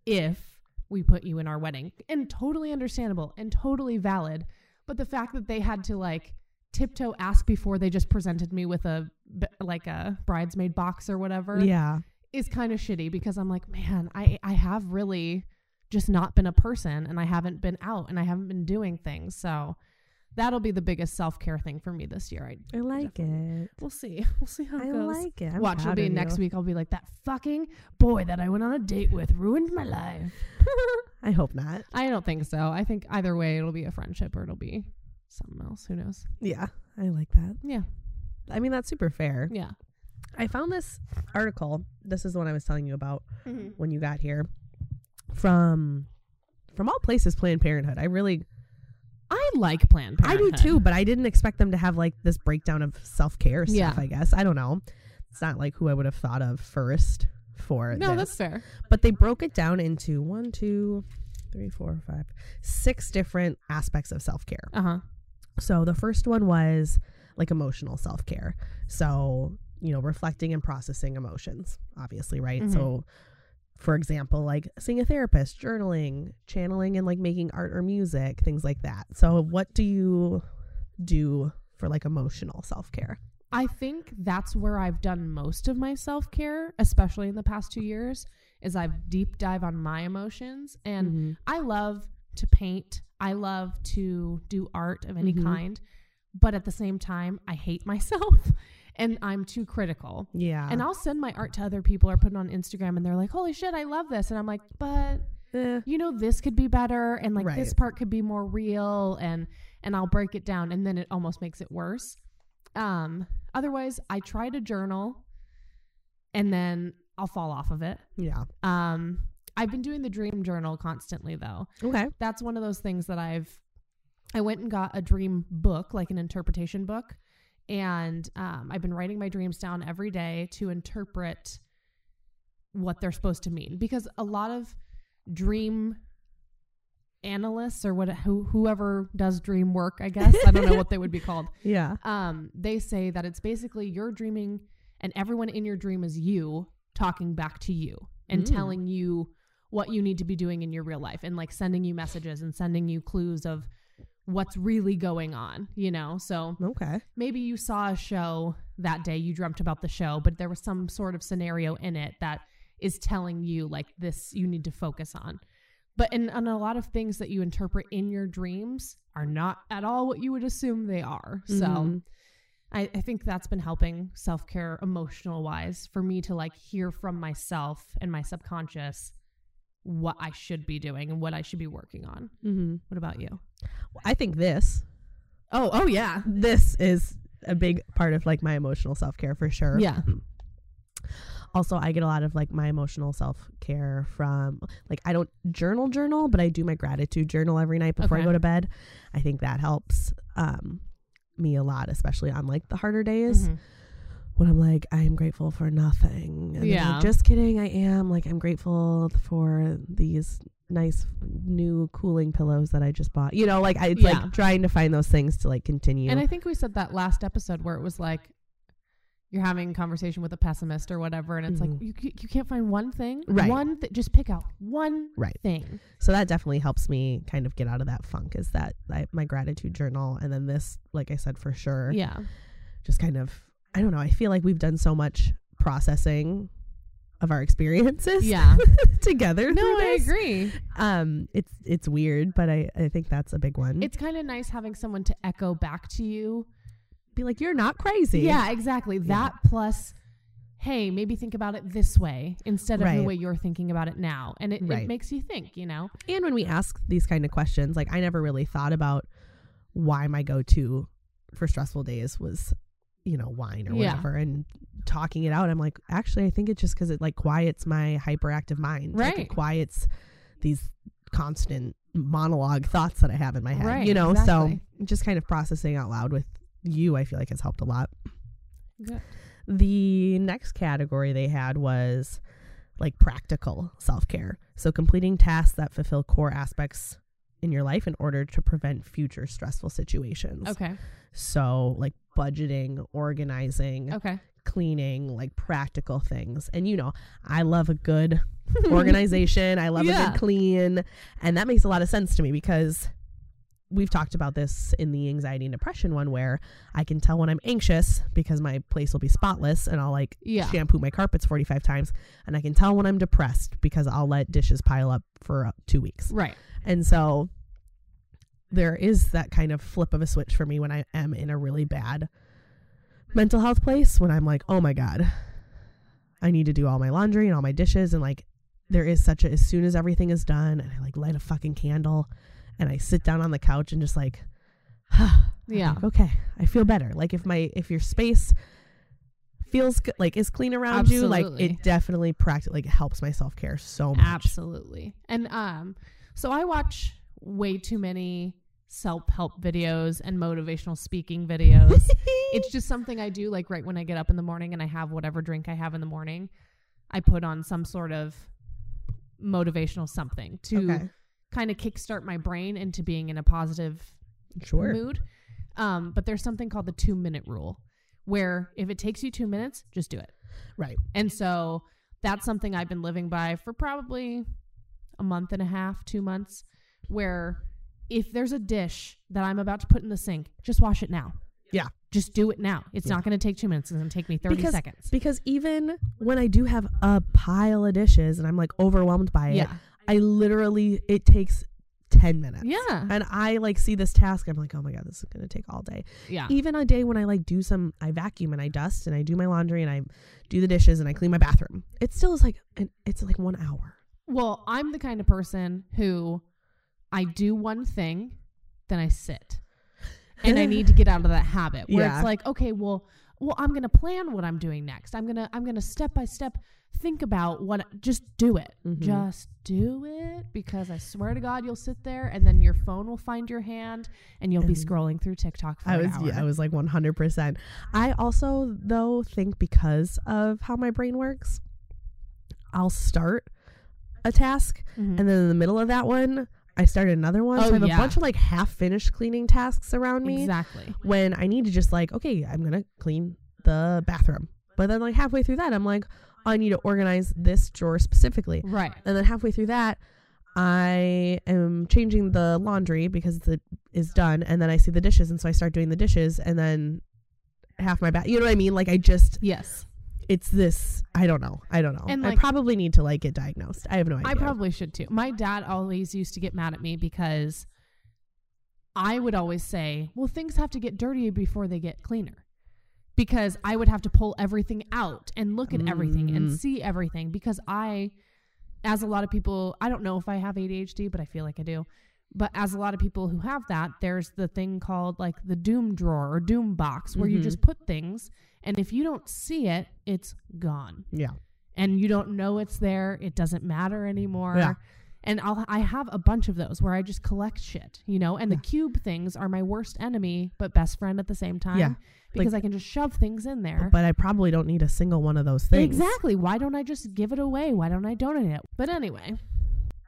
Speaker 3: if we put you in our wedding?" And totally understandable and totally valid, but the fact that they had to like tiptoe ask before they just presented me with a b- like a bridesmaid box or whatever
Speaker 2: Yeah.
Speaker 3: is kind of shitty because I'm like, man, I I have really just not been a person and I haven't been out and I haven't been doing things. So that'll be the biggest self care thing for me this year. I
Speaker 2: I like it.
Speaker 3: we'll see. We'll see how it
Speaker 2: I
Speaker 3: goes.
Speaker 2: like it. I'm
Speaker 3: Watch, it'll
Speaker 2: proud
Speaker 3: be
Speaker 2: of
Speaker 3: next
Speaker 2: you.
Speaker 3: week. I'll be like that fucking boy that I went on a date with ruined my life.
Speaker 2: I hope not.
Speaker 3: I don't think so. I think either way, it'll be a friendship or it'll be something else. Who knows?
Speaker 2: Yeah. I like that.
Speaker 3: Yeah,
Speaker 2: I mean, that's super fair.
Speaker 3: yeah.
Speaker 2: I found this article. This is the one I was telling you about
Speaker 3: Mm-hmm.
Speaker 2: when you got here from from all places Planned Parenthood. I really
Speaker 3: I like Planned Parenthood.
Speaker 2: I do too, but I didn't expect them to have like this breakdown of self-care stuff,
Speaker 3: Yeah.
Speaker 2: I guess. I don't know. It's not like who I would have thought of first for
Speaker 3: No, that's
Speaker 2: this.
Speaker 3: fair.
Speaker 2: but they broke it down into one, two, three, four, five, six different aspects of self-care.
Speaker 3: Uh huh.
Speaker 2: So the first one was like emotional self care. So, you know, reflecting and processing emotions, obviously, right?
Speaker 3: Mhm.
Speaker 2: So, for example, like seeing a therapist, journaling, channeling, and like making art or music, things like that. So, what do you do for like emotional self care?
Speaker 3: I think that's where I've done most of my self care, especially in the past two years, is I've deep dive on my emotions. And I love to paint. I love to do art of any
Speaker 2: Mhm.
Speaker 3: kind. But at the same time, I hate myself and I'm too critical.
Speaker 2: Yeah.
Speaker 3: And I'll send my art to other people or put it on Instagram and they're like, holy shit, I love this. And I'm like, but
Speaker 2: Eh,
Speaker 3: you know this could be better and like this
Speaker 2: Right.
Speaker 3: part could be more real and and I'll break it down and then it almost makes it worse. Um otherwise I try to journal and then I'll fall off of it.
Speaker 2: yeah.
Speaker 3: Um I've been doing the dream journal constantly though.
Speaker 2: Okay.
Speaker 3: That's one of those things that I've I went and got a dream book, like an interpretation book, and um, I've been writing my dreams down every day to interpret what they're supposed to mean because a lot of dream analysts or what who, whoever does dream work, I guess I don't know what they would be called.
Speaker 2: Yeah.
Speaker 3: Um, they say that it's basically you're dreaming, and everyone in your dream is you talking back to you and
Speaker 2: Mm.
Speaker 3: telling you what you need to be doing in your real life and like sending you messages and sending you clues of what's really going on, you know? So
Speaker 2: Okay.
Speaker 3: maybe you saw a show that day, you dreamt about the show, but there was some sort of scenario in it that is telling you like this you need to focus on. But and, and a lot of things that you interpret in your dreams are not at all what you would assume they are. So
Speaker 2: Mhm.
Speaker 3: I, I think that's been helping self care emotional wise for me to like hear from myself and my subconscious what I should be doing and what I should be working on.
Speaker 2: Mm-hmm.
Speaker 3: What about you?
Speaker 2: I think this
Speaker 3: Oh, oh yeah.
Speaker 2: this is a big part of like my emotional self care for sure.
Speaker 3: Yeah.
Speaker 2: also i get a lot of like my emotional self-care from like i don't journal journal but i do my gratitude journal every night before i
Speaker 3: Okay.
Speaker 2: go to bed i think that helps um me a lot especially on like the harder days
Speaker 3: Mhm.
Speaker 2: when I'm like, I am grateful for nothing. And they're
Speaker 3: Yeah.
Speaker 2: Like, Just kidding. I am. Like, I'm grateful for these nice new cooling pillows that I just bought. You know, like, I, it's
Speaker 3: Yeah.
Speaker 2: like trying to find those things to like continue.
Speaker 3: And I think we said that last episode where it was like you're having a conversation with a pessimist or whatever, and it's like
Speaker 2: Mhm.
Speaker 3: you c- you can't find one thing,
Speaker 2: Right.
Speaker 3: One th- just pick out one
Speaker 2: Right.
Speaker 3: thing.
Speaker 2: so that definitely helps me kind of get out of that funk is that I, my gratitude journal. And then this, like I said, for sure,
Speaker 3: Yeah,
Speaker 2: just kind of, I don't know. I feel like we've done so much processing of our experiences
Speaker 3: yeah.
Speaker 2: together.
Speaker 3: no,
Speaker 2: through
Speaker 3: I
Speaker 2: this.
Speaker 3: agree.
Speaker 2: um it's it's weird but i i think that's a big one
Speaker 3: It's kind of nice having someone to echo back to you.
Speaker 2: be like you're not crazy
Speaker 3: Yeah, exactly. That plus. Hey, maybe think about it this way instead of the
Speaker 2: Right.
Speaker 3: way you're thinking about it now. And it, it
Speaker 2: Right.
Speaker 3: makes you think, you know?
Speaker 2: and when we ask these kind of questions like i never really thought about why my go-to for stressful days was you know wine or
Speaker 3: Yeah.
Speaker 2: whatever and talking it out i'm like actually i think it's just because it like quiets my hyperactive mind Like,
Speaker 3: Right.
Speaker 2: it quiets these constant monologue thoughts that i have in my head
Speaker 3: Right,
Speaker 2: you know
Speaker 3: exactly.
Speaker 2: so just kind of processing out loud with you i feel like has helped a lot
Speaker 3: Good.
Speaker 2: The next category they had was like practical self care. So completing tasks that fulfill core aspects in your life in order to prevent future stressful situations.
Speaker 3: Okay.
Speaker 2: So like budgeting, organizing,
Speaker 3: Okay.
Speaker 2: cleaning, like practical things. And you know, I love a good organization. I love a
Speaker 3: Yeah.
Speaker 2: good clean. And that makes a lot of sense to me because we've talked about this in the anxiety and depression one where I can tell when I'm anxious because my place will be spotless and I'll like
Speaker 3: Yeah.
Speaker 2: shampoo my carpets 45 times. And I can tell when I'm depressed because I'll let dishes pile up for uh, two weeks.
Speaker 3: Right.
Speaker 2: And so there is that kind of flip of a switch for me when I am in a really bad mental health place when I'm like, oh my God, I need to do all my laundry and all my dishes. And like, there is such a, as soon as everything is done, and I like light a fucking candle and I sit down on the couch and just like,
Speaker 3: Yeah.
Speaker 2: like, okay, I feel better. Like, if my, if your space, feels good, like is clean around you like
Speaker 3: Absolutely.
Speaker 2: it definitely practically like helps my self-care so much
Speaker 3: Absolutely. And um so I watch way too many self-help videos and motivational speaking videos. it's just something I do like right when I get up in the morning and I have whatever drink I have in the morning. I put on some sort of motivational something to
Speaker 2: Okay.
Speaker 3: kind of kickstart my brain into being in a positive
Speaker 2: sure
Speaker 3: mood. Um, but there's something called the two minute rule where if it takes you two minutes, just do it.
Speaker 2: right
Speaker 3: And so that's something I've been living by for probably a month and a half, two months, where if there's a dish that I'm about to put in the sink, just wash it now.
Speaker 2: Yeah.
Speaker 3: Just do it now. It's not going to take two minutes. It's going to take me 30
Speaker 2: because,
Speaker 3: seconds.
Speaker 2: Because even when I do have a pile of dishes and I'm like overwhelmed by it,
Speaker 3: Yeah.
Speaker 2: I literally it takes ten minutes.
Speaker 3: Yeah.
Speaker 2: And I like see this task, I'm like, oh my god, this is gonna take all day.
Speaker 3: Yeah.
Speaker 2: Even a day when I like do some, I vacuum and I dust and I do my laundry and I do the dishes and I clean my bathroom. It still is like, an, it's like one hour.
Speaker 3: Well, I'm the kind of person who I do one thing, then I sit. And I need to get out of that habit where
Speaker 2: Yeah.
Speaker 3: it's like, okay, well, well, I'm going to plan what I'm doing next. I'm going to I'm going to step by step think about what just do it.
Speaker 2: Mhm.
Speaker 3: Just do it because I swear to god you'll sit there and then your phone will find your hand and you'll be
Speaker 2: Mhm.
Speaker 3: scrolling through TikTok for
Speaker 2: I
Speaker 3: an
Speaker 2: was
Speaker 3: hour.
Speaker 2: yeah, I was like 100%. I also though think because of how my brain works, I'll start a task
Speaker 3: Mhm.
Speaker 2: and then in the middle of that one, I start another one.
Speaker 3: Oh,
Speaker 2: so I have
Speaker 3: yeah.
Speaker 2: a bunch of like half finished cleaning tasks around me
Speaker 3: Exactly.
Speaker 2: when I need to just like, okay, I'm going to clean the bathroom. But then like halfway through that, I'm like, I need to organize this drawer specifically.
Speaker 3: Right.
Speaker 2: And then halfway through that, I am changing the laundry because the is done, and then I see the dishes, and so I start doing the dishes, and then half my back. You know what I mean? Like I just,
Speaker 3: Yes.
Speaker 2: it's this. I don't know. I don't know.
Speaker 3: And,
Speaker 2: I
Speaker 3: like-
Speaker 2: probably need to like get diagnosed. I have no idea.
Speaker 3: I probably should too. My dad always used to get mad at me because I would always say, well, things have to get dirtier before they get cleaner. Because I would have to pull everything out and look at everything and
Speaker 2: Mm.
Speaker 3: see everything. Because I, as a lot of people, I don't know if I have ADHD, but I feel like I do. But as a lot of people who have that, there's the thing called like the doom drawer or doom box where you
Speaker 2: Mhm.
Speaker 3: just put things. And if you don't see it, it's gone
Speaker 2: Yeah.
Speaker 3: and you don't know it's there. It doesn't matter anymore.
Speaker 2: Yeah.
Speaker 3: And I'll I have a bunch of those where I just collect shit, you know. And
Speaker 2: Yeah.
Speaker 3: the cube things are my worst enemy but best friend at the same time
Speaker 2: Yeah.
Speaker 3: because I can just shove things in there.
Speaker 2: But I probably don't need a single one of those things.
Speaker 3: Exactly. Why don't I just give it away? Why don't I donate it? But anyway.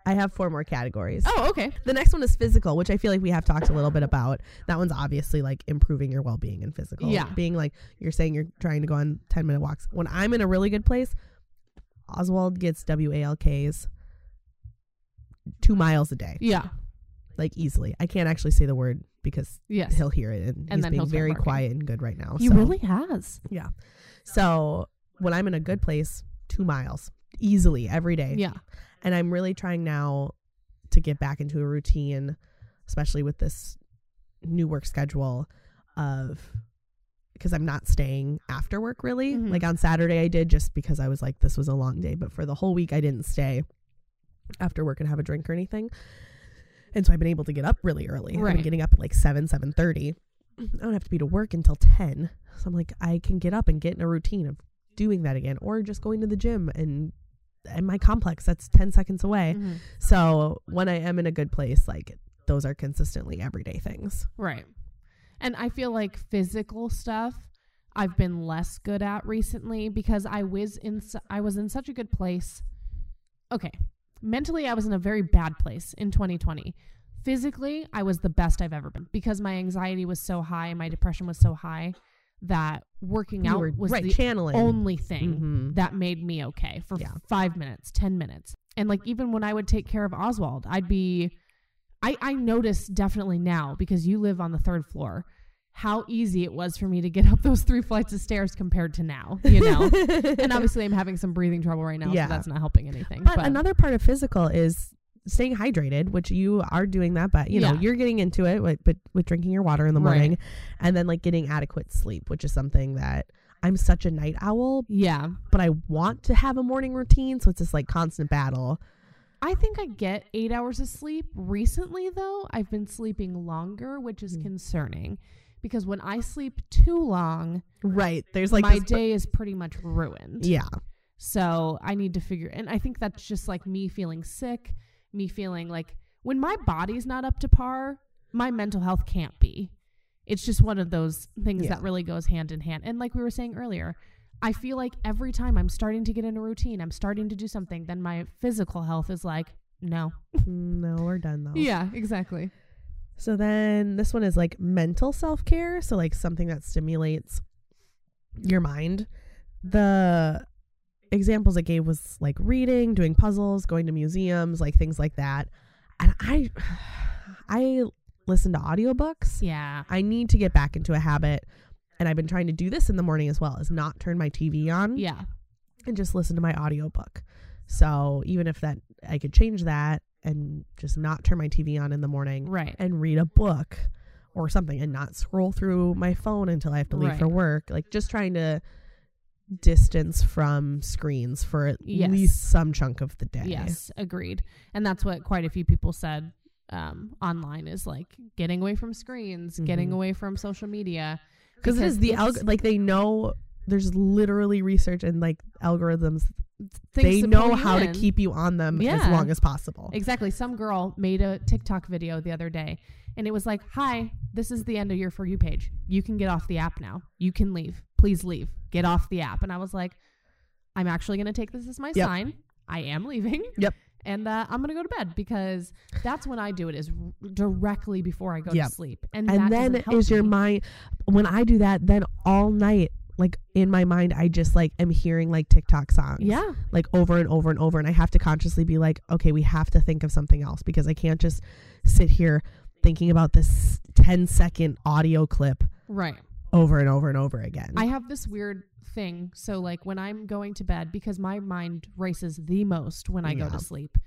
Speaker 2: I have four more categories.
Speaker 3: Oh, okay.
Speaker 2: The next one is physical, which I feel like we have talked a little bit about. That one's obviously like improving your well being and physical.
Speaker 3: Yeah.
Speaker 2: Being like, you're saying you're trying to go on 10 minute walks. When I'm in a really good place, Oswald gets WALKs two miles a day,
Speaker 3: Yeah.
Speaker 2: like easily. I can't actually say the word because
Speaker 3: Yes.
Speaker 2: he'll hear it and,
Speaker 3: And
Speaker 2: he's
Speaker 3: then
Speaker 2: being
Speaker 3: he'll start
Speaker 2: very
Speaker 3: barking.
Speaker 2: quiet and good right now.
Speaker 3: he
Speaker 2: so.
Speaker 3: really has.
Speaker 2: So when I'm in a good place, two miles easily every day.
Speaker 3: Yeah.
Speaker 2: And I'm really trying now to get back into a routine, especially with this new work schedule of because I'm not staying after work really.
Speaker 3: Mhm.
Speaker 2: Like on Saturday I did just because I was like this was a long day, but for the whole week I didn't stay after work and have a drink or anything. And so I've been able to get up really early. I've been
Speaker 3: Right.
Speaker 2: getting up at like seven, seven thirty. I don't have to be to work until ten. So I'm like, I can get up and get in a routine of doing that again, or just going to the gym and and my complex that's ten seconds away.
Speaker 3: Mhm.
Speaker 2: So when I am in a good place, like those are consistently everyday things.
Speaker 3: Right. And I feel like physical stuff I've been less good at recently because I was in s- I was in such a good place. Okay. Mentally I was in a very bad place in 2020. Physically, I was the best I've ever been because my anxiety was so high and my depression was so high that working
Speaker 2: You
Speaker 3: out
Speaker 2: were
Speaker 3: was
Speaker 2: right
Speaker 3: the
Speaker 2: channeling.
Speaker 3: only thing
Speaker 2: Mhm.
Speaker 3: that made me okay for
Speaker 2: Yeah.
Speaker 3: five minutes, 10 minutes. And like, even when I would take care of Oswald, I'd be, I, I notice definitely now because you live on the third floor how easy it was for me to get up those three flights of stairs compared to now, you know? and obviously, I'm having some breathing trouble right now,
Speaker 2: Yeah.
Speaker 3: so that's not helping anything.
Speaker 2: But another part of physical is staying hydrated, which you are doing that, but you know,
Speaker 3: Yeah.
Speaker 2: you're getting into it with, but with drinking your water in the
Speaker 3: Right.
Speaker 2: morning and then like getting adequate sleep, which is something that I'm such a night owl,
Speaker 3: yeah,
Speaker 2: but I want to have a morning routine. So it's this like constant battle.
Speaker 3: I think I get eight hours of sleep. Recently, though, I've been sleeping longer, which is
Speaker 2: Mm.
Speaker 3: concerning because when I sleep too long,
Speaker 2: Right. There's like
Speaker 3: my
Speaker 2: this-
Speaker 3: day is pretty much ruined.
Speaker 2: Yeah.
Speaker 3: So I need to figure, and I think that's just like me feeling sick, me feeling like when my body's not up to par, my mental health can't be. It's just one of those things
Speaker 2: Yeah.
Speaker 3: that really goes hand in hand. And like we were saying earlier, I feel like every time I'm starting to get in a routine, I'm starting to do something, then my physical health is like, no.
Speaker 2: No, we're done though.
Speaker 3: Yeah, exactly.
Speaker 2: So then this one is like mental self care. So like something that stimulates your mind. The examples it gave was like reading, doing puzzles, going to museums, like things like that. And I I listen to audiobooks.
Speaker 3: Yeah.
Speaker 2: I need to get back into a habit. And I've been trying to do this in the morning as well, is not turn my TV on
Speaker 3: Yeah.
Speaker 2: and just listen to my audiobook. So even if that I could change that and just not turn my TV on in the morning
Speaker 3: Right.
Speaker 2: and read a book or something and not scroll through my phone until I have to leave for
Speaker 3: Right.
Speaker 2: work. Like just trying to distance from screens for at
Speaker 3: Yes.
Speaker 2: least some chunk of the day.
Speaker 3: Yes, agreed. And that's what quite a few people said um, online is like getting away from screens, getting
Speaker 2: Mhm.
Speaker 3: away from social media.
Speaker 2: Because it is the
Speaker 3: it's-
Speaker 2: alg- like they know there's literally research and like algorithms
Speaker 3: things
Speaker 2: they
Speaker 3: to
Speaker 2: know
Speaker 3: pull
Speaker 2: how
Speaker 3: in.
Speaker 2: to keep you on them as
Speaker 3: Yeah.
Speaker 2: long as possible.
Speaker 3: Exactly. Some girl made a TikTok video the other day and it was like, Hi, this is the end of your For You page. You can get off the app now. You can leave. Please leave. Get off the app. And I was like, I'm actually going to take this as my
Speaker 2: Yep.
Speaker 3: sign. I am leaving.
Speaker 2: Yep.
Speaker 3: And uh, I'm going to go to bed because that's when I do it is r- directly before I go
Speaker 2: Yep.
Speaker 3: to sleep. And, that
Speaker 2: and then
Speaker 3: doesn't help
Speaker 2: is your
Speaker 3: me.
Speaker 2: mind when I do that then all night like in my mind I just like am hearing like TikTok songs.
Speaker 3: Yeah.
Speaker 2: like over and over and over and i have to consciously be like okay we have to think of something else because i can't just sit here thinking about this 10 second audio clip
Speaker 3: Right.
Speaker 2: over and over and over again
Speaker 3: I have this weird thing. So, like, when I'm going to bed, because my mind races the most when I go
Speaker 2: Yeah.
Speaker 3: to sleep,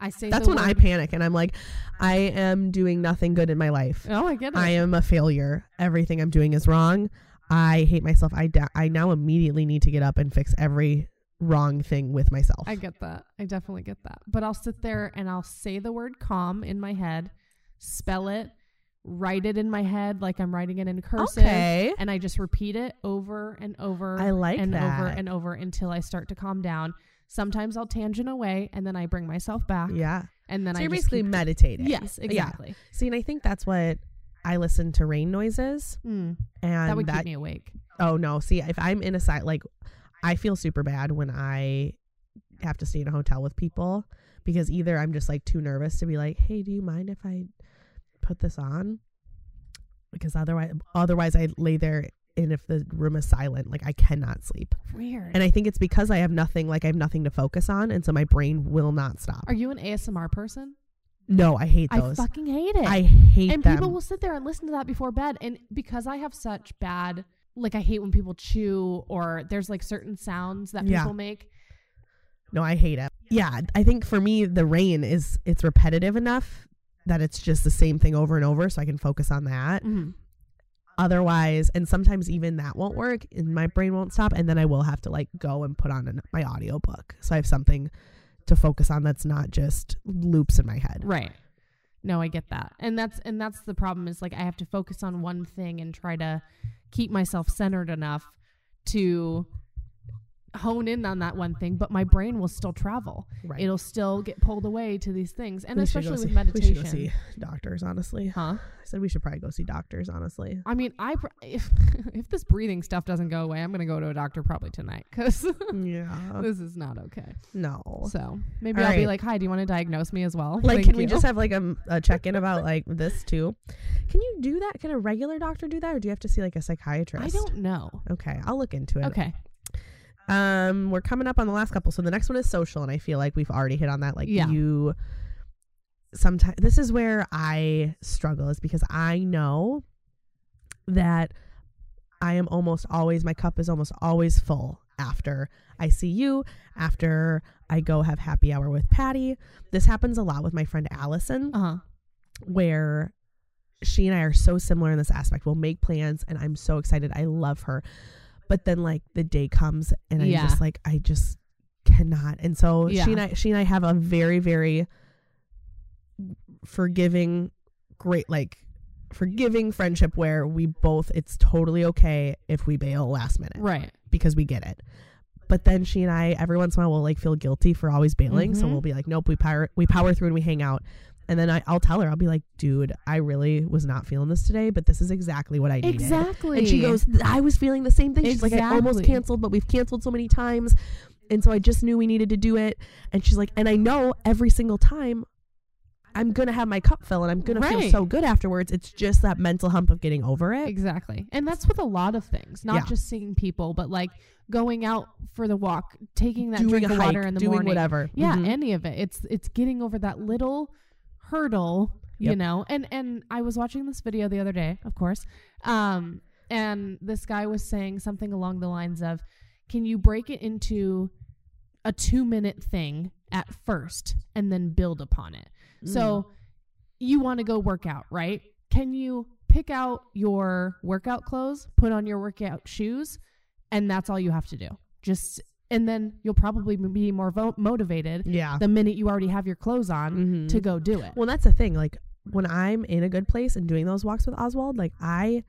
Speaker 3: I say
Speaker 2: that's
Speaker 3: the
Speaker 2: when i
Speaker 3: word-
Speaker 2: panic and i'm like i am doing nothing good in my life
Speaker 3: Oh, I get it.
Speaker 2: i am a failure everything i'm doing is wrong i hate myself i da- i now immediately need to get up and fix every wrong thing with myself
Speaker 3: I get that. I definitely get that. But I'll sit there and I'll say the word calm in my head, spell it, write it in my head like I'm writing it in cursive.
Speaker 2: okay
Speaker 3: And I just repeat it over and over
Speaker 2: i like
Speaker 3: and
Speaker 2: that
Speaker 3: over and over until I start to calm down. Sometimes I'll tangent away and then I bring myself back.
Speaker 2: yeah
Speaker 3: and then
Speaker 2: So
Speaker 3: I
Speaker 2: you're
Speaker 3: just
Speaker 2: basically
Speaker 3: keep-
Speaker 2: meditating.
Speaker 3: yes, exactly.
Speaker 2: See, and I think that's what I listen to rain noises,
Speaker 3: Mm,
Speaker 2: and
Speaker 3: that would
Speaker 2: that
Speaker 3: keep me awake.
Speaker 2: Oh no! See, if I'm in a side, like I feel super bad when I have to stay in a hotel with people because either I'm just like too nervous to be like, "Hey, do you mind if I put this on?" Because otherwise, otherwise I lay there, and if the room is silent, like I cannot sleep.
Speaker 3: Weird.
Speaker 2: And I think it's because I have nothing, like I have nothing to focus on, and so my brain will not stop.
Speaker 3: Are you an ASMR person?
Speaker 2: no, I hate
Speaker 3: I
Speaker 2: those. I,
Speaker 3: fucking hate it.
Speaker 2: hate
Speaker 3: and
Speaker 2: them.
Speaker 3: people will sit there and listen to that before bed and because i have such bad like i hate when people chew or there's like certain sounds that
Speaker 2: Yeah.
Speaker 3: people make
Speaker 2: No, I hate it. Yeah, I think for me the rain is it's repetitive enough that it's just the same thing over and over so I can focus on that.
Speaker 3: Mm-hmm.
Speaker 2: Otherwise, and sometimes even that won't work and my brain won't stop and then I will have to like go and put on an, my audiobook. So I have something to focus on that's not just loops in my head.
Speaker 3: right no i get that and that's and that's the problem is like i have to focus on one thing and try to keep myself centered enough to hone in on that one thing but my brain will still travel
Speaker 2: Right.
Speaker 3: it'll still get pulled away to these things and
Speaker 2: We should
Speaker 3: especially
Speaker 2: go
Speaker 3: with
Speaker 2: see-
Speaker 3: meditation
Speaker 2: We should go see doctors, honestly.
Speaker 3: huh
Speaker 2: I said we should probably go see doctors, honestly.
Speaker 3: I mean, I pr- if if this breathing stuff doesn't go away, I'm gonna go to a doctor probably tonight because
Speaker 2: yeah.
Speaker 3: this is not okay.
Speaker 2: No.
Speaker 3: So maybe
Speaker 2: All
Speaker 3: I'll be
Speaker 2: right.
Speaker 3: like, "Hi, do you want to diagnose me as well?"
Speaker 2: like
Speaker 3: Thank
Speaker 2: can we
Speaker 3: you."
Speaker 2: just have like a, a check-in about like this too can you do that can a regular doctor do that or do you have to see like a psychiatrist
Speaker 3: I don't know.
Speaker 2: okay i'll look into it
Speaker 3: Okay,
Speaker 2: um we're coming up on the last couple so the next one is social and i feel like we've already hit on that like
Speaker 3: Yeah.
Speaker 2: you sometimes this is where i struggle is because i know that i am almost always my cup is almost always full after i see you after i go have happy hour with patty this happens a lot with my friend allison
Speaker 3: uh huh.
Speaker 2: where she and I are so similar in this aspect. We'll make plans and I'm so excited. I love her. But then like the day comes and I'm
Speaker 3: Yeah.
Speaker 2: just like I just cannot. And so
Speaker 3: Yeah.
Speaker 2: she and I she and I have a very very forgiving great like forgiving friendship where we both it's totally okay if we bail last minute
Speaker 3: Right.
Speaker 2: because we get it. But then she and I, every once in a while, will like feel guilty for always bailing. So
Speaker 3: Mhm.
Speaker 2: we'll be like, nope, we power we power through and we hang out. And then I, I'll tell her, I'll be like, dude, I really was not feeling this today, but this is exactly what I needed.
Speaker 3: Exactly.
Speaker 2: And she goes, I was feeling the same thing. She's like, I almost
Speaker 3: Exactly.
Speaker 2: canceled, but we've canceled so many times. And so I just knew we needed to do it. And she's like, and I know every single time I'm going to have my cup fill and I'm going to feel
Speaker 3: Right.
Speaker 2: so good afterwards. It's just that mental hump of getting over it.
Speaker 3: Exactly. And that's with a lot of things, not
Speaker 2: Yeah.
Speaker 3: just seeing people, but like going out for the walk, taking that
Speaker 2: doing
Speaker 3: drink
Speaker 2: a
Speaker 3: of
Speaker 2: hike,
Speaker 3: water in the
Speaker 2: doing
Speaker 3: morning.
Speaker 2: whatever.
Speaker 3: Yeah,
Speaker 2: Mhm.
Speaker 3: any of it. It's it's getting over that little hurdle, you
Speaker 2: Yep.
Speaker 3: know. And and I was watching this video the other day, of course. Um and this guy was saying something along the lines of can you break it into a 2-minute thing at first and then build upon it. So
Speaker 2: Mm.
Speaker 3: you want to go work out, right? Can you pick out your workout clothes, put on your workout shoes, and that's all you have to do? Just and then you'll probably be more vo- motivated
Speaker 2: yeah.
Speaker 3: the minute you already have your clothes on
Speaker 2: Mhm.
Speaker 3: to go do it.
Speaker 2: Well, that's the thing. Like when I'm in a good place and doing those walks with Oswald, like I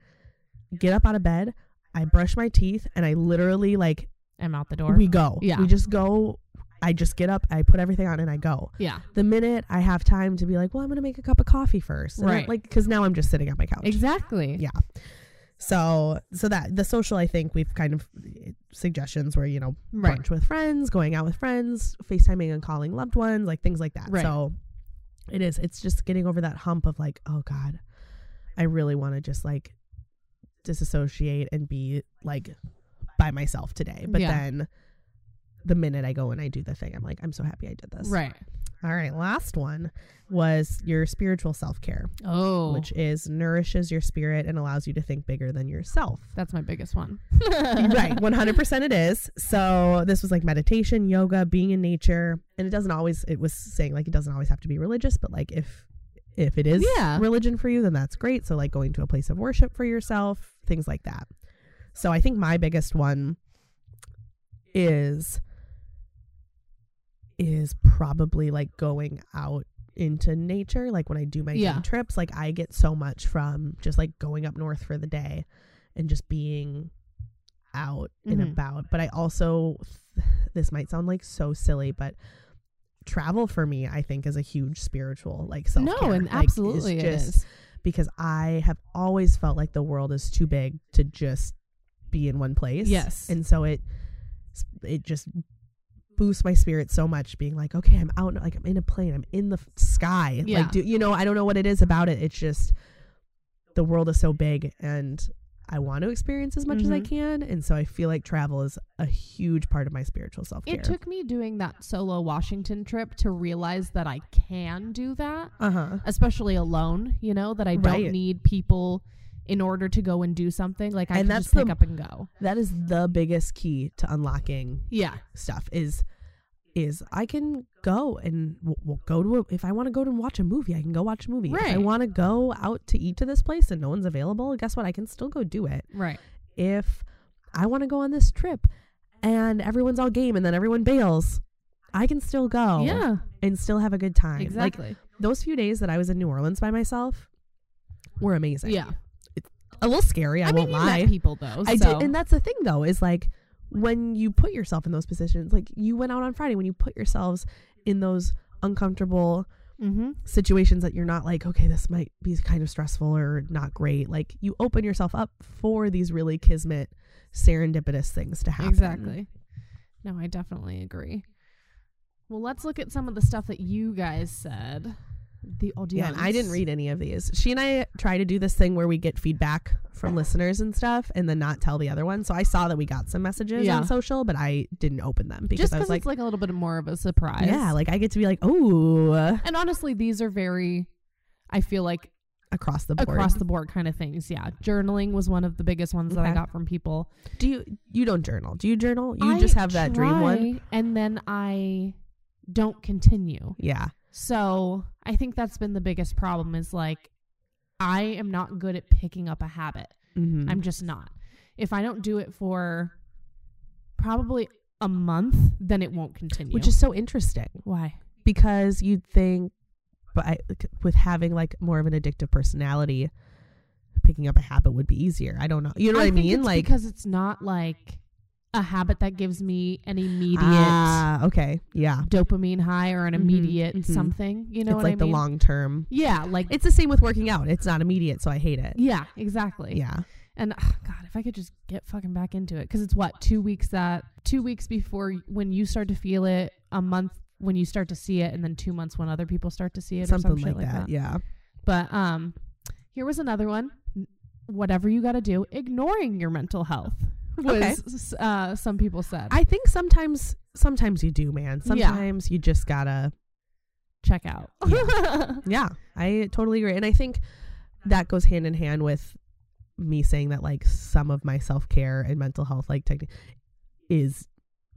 Speaker 2: get up out of bed, I brush my teeth, and I literally like
Speaker 3: I'm out the door.
Speaker 2: we go.
Speaker 3: Yeah.
Speaker 2: we just go. I just get up, I put everything on, and I go.
Speaker 3: yeah,
Speaker 2: The minute I have time to be like, well, I'm gonna make a cup of coffee first, And I-
Speaker 3: Right.
Speaker 2: like, because now I'm just sitting on my couch.
Speaker 3: exactly.
Speaker 2: Yeah. So, so that the social, I think we've kind of eh, suggestions where you know
Speaker 3: Right.
Speaker 2: brunch with friends, going out with friends, FaceTiming and calling loved ones, like things like that.
Speaker 3: Right.
Speaker 2: So it is. It's just getting over that hump of like, oh God, I really want to just like disassociate and be like by myself today. But
Speaker 3: Yeah.
Speaker 2: then the minute I go and I do the thing, I'm like, I'm so happy I did this.
Speaker 3: Right.
Speaker 2: All right. Last one was your spiritual self care,
Speaker 3: Oh,
Speaker 2: which is nourishes your spirit and allows you to think bigger than yourself
Speaker 3: that's my biggest one.
Speaker 2: right 100% it is so this was like meditation yoga being in nature and it doesn't always it was saying like it doesn't always have to be religious but like if if it is
Speaker 3: Yeah.
Speaker 2: religion for you then that's great so like going to a place of worship for yourself things like that so i think my biggest one is is probably like going out into nature like when i do my
Speaker 3: Yeah.
Speaker 2: day trips like i get so much from just like going up north for the day and just being out and
Speaker 3: Mhm.
Speaker 2: about but i also this might sound like so silly but travel for me i think is a huge spiritual like self-care
Speaker 3: No, and
Speaker 2: Like, it's
Speaker 3: absolutely it
Speaker 2: just-
Speaker 3: is.
Speaker 2: because i have always felt like the world is too big to just be in one place
Speaker 3: Yes.
Speaker 2: and so it it just boosts my spirit so much being like okay i'm out like i'm in a plane i'm in the f- sky
Speaker 3: Yeah.
Speaker 2: like do you know i don't know what it is about it it's just the world is so big and i want to experience as much as i
Speaker 3: Mhm.
Speaker 2: can and so i feel like travel is a huge part of my spiritual self-care
Speaker 3: It took me doing that solo Washington trip to realize that I can do that,
Speaker 2: uh-huh
Speaker 3: especially alone, you know, that I don't
Speaker 2: Right.
Speaker 3: need people in order to go and do something. Like I
Speaker 2: And
Speaker 3: can
Speaker 2: that's
Speaker 3: just pick
Speaker 2: the-
Speaker 3: up and go.
Speaker 2: that is the biggest key to unlocking
Speaker 3: Yeah.
Speaker 2: stuff is is I can go and w- w- go to a, if I want to go to watch a movie, I can go watch a movie. If I
Speaker 3: Right.
Speaker 2: want to go out to eat to this place and no one's available, guess what? I can still go do it.
Speaker 3: Right.
Speaker 2: If I want to go on this trip and everyone's all game and then everyone bails, I can still go
Speaker 3: Yeah.
Speaker 2: and still have a good time. Oh, Like
Speaker 3: Exactly.
Speaker 2: those few days that I was in New Orleans by myself were amazing.
Speaker 3: yeah.
Speaker 2: A little scary, I,
Speaker 3: mean,
Speaker 2: won't
Speaker 3: you
Speaker 2: lie.
Speaker 3: met people though.
Speaker 2: I
Speaker 3: so.
Speaker 2: did, and that's the thing though is like when you put yourself in those positions, like you went out on Friday, when you put yourselves in those uncomfortable
Speaker 3: hmm
Speaker 2: situations that you're not like, okay, this might be kind of stressful or not great. Like you open yourself up for these really kismet, serendipitous things to happen.
Speaker 3: Exactly. No, I definitely agree. Well, let's look at some of the stuff that you guys said. The audience.
Speaker 2: Yeah, and I didn't read any of these. She and I try to do this thing where we get feedback from listeners and stuff, and then not tell the other one. So I saw that we got some messages
Speaker 3: Yeah.
Speaker 2: on social, but I didn't open them because
Speaker 3: just
Speaker 2: I was
Speaker 3: because
Speaker 2: like,
Speaker 3: it's like a little bit more of a surprise.
Speaker 2: yeah, like I get to be like, oh,
Speaker 3: and honestly, these are very. I feel like
Speaker 2: across the board.
Speaker 3: across the board kind of things. Yeah, journaling was one of the biggest ones that I
Speaker 2: Okay.
Speaker 3: got from people.
Speaker 2: do you you don't journal? Do you journal? You
Speaker 3: I
Speaker 2: just have that dream one.
Speaker 3: try, and then I don't continue.
Speaker 2: Yeah.
Speaker 3: So I think that's been the biggest problem. Is like, I am not good at picking up a habit.
Speaker 2: Mm-hmm.
Speaker 3: I'm just not. If I don't do it for probably a month, then it won't continue.
Speaker 2: which is so interesting
Speaker 3: why.
Speaker 2: because you'd think, but I, with having like more of an addictive personality, picking up a habit would be easier. I don't know. You know what I
Speaker 3: think
Speaker 2: mean?
Speaker 3: it's
Speaker 2: like
Speaker 3: because it's not like a habit that gives me an immediate
Speaker 2: ah, okay, yeah.
Speaker 3: dopamine high or an
Speaker 2: Mhm,
Speaker 3: immediate
Speaker 2: mhm.
Speaker 3: something. You know
Speaker 2: it's
Speaker 3: what
Speaker 2: like
Speaker 3: I mean?
Speaker 2: the long term.
Speaker 3: yeah, like
Speaker 2: It's the same with working out. It's not immediate, so I hate it.
Speaker 3: yeah, exactly.
Speaker 2: Yeah.
Speaker 3: And ugh, God, if I could just get fucking back into it, because it's what two weeks that two weeks before y- when you start to feel it, a month when you start to see it, and then two months when other people start to see it,
Speaker 2: Something
Speaker 3: or some shit
Speaker 2: like, that. Yeah.
Speaker 3: But um, here was another one. N- Whatever you got to do, ignoring your mental health was
Speaker 2: Okay.
Speaker 3: s- uh, some people said.
Speaker 2: I think sometimes sometimes you do, man. Sometimes you just gotta
Speaker 3: check out.
Speaker 2: Yeah, I totally agree. And I think that goes hand in hand with me saying that like some of my self care and mental health like technique is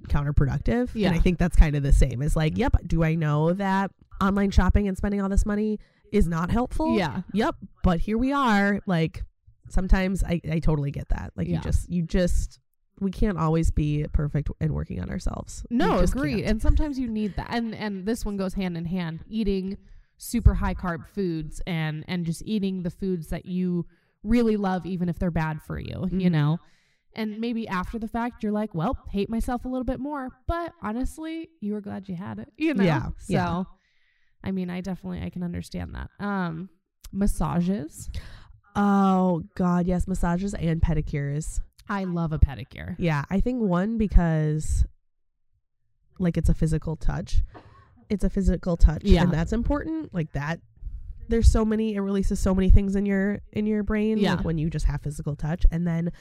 Speaker 2: counterproductive.
Speaker 3: Yeah.
Speaker 2: And I think that's kind of the same. It's like, yep, do I know that online shopping and spending all this money is not helpful?
Speaker 3: yeah,
Speaker 2: Yep. But here we are. Like sometimes I, I totally get that. Like
Speaker 3: Yeah.
Speaker 2: you just you just we can't always be perfect and working on ourselves. We
Speaker 3: no,
Speaker 2: just
Speaker 3: agree.
Speaker 2: can't.
Speaker 3: And sometimes you need that. And and this one goes hand in hand: eating super high carb foods and and just eating the foods that you really love, even if they're bad for you. You
Speaker 2: Mhm.
Speaker 3: know. And maybe after the fact, you're like, "Well, hate myself a little bit more," but honestly, you were glad you had it. You know.
Speaker 2: Yeah,
Speaker 3: So,
Speaker 2: yeah.
Speaker 3: I mean, I definitely I can understand that. Um, massages.
Speaker 2: Oh God, yes, massages and pedicures.
Speaker 3: I love a pedicure.
Speaker 2: Yeah, I think one because like it's a physical touch. It's a physical touch
Speaker 3: Yeah.
Speaker 2: and that's important. Like that there's so many it releases so many things in your in your brain
Speaker 3: Yeah.
Speaker 2: like when you just have physical touch and then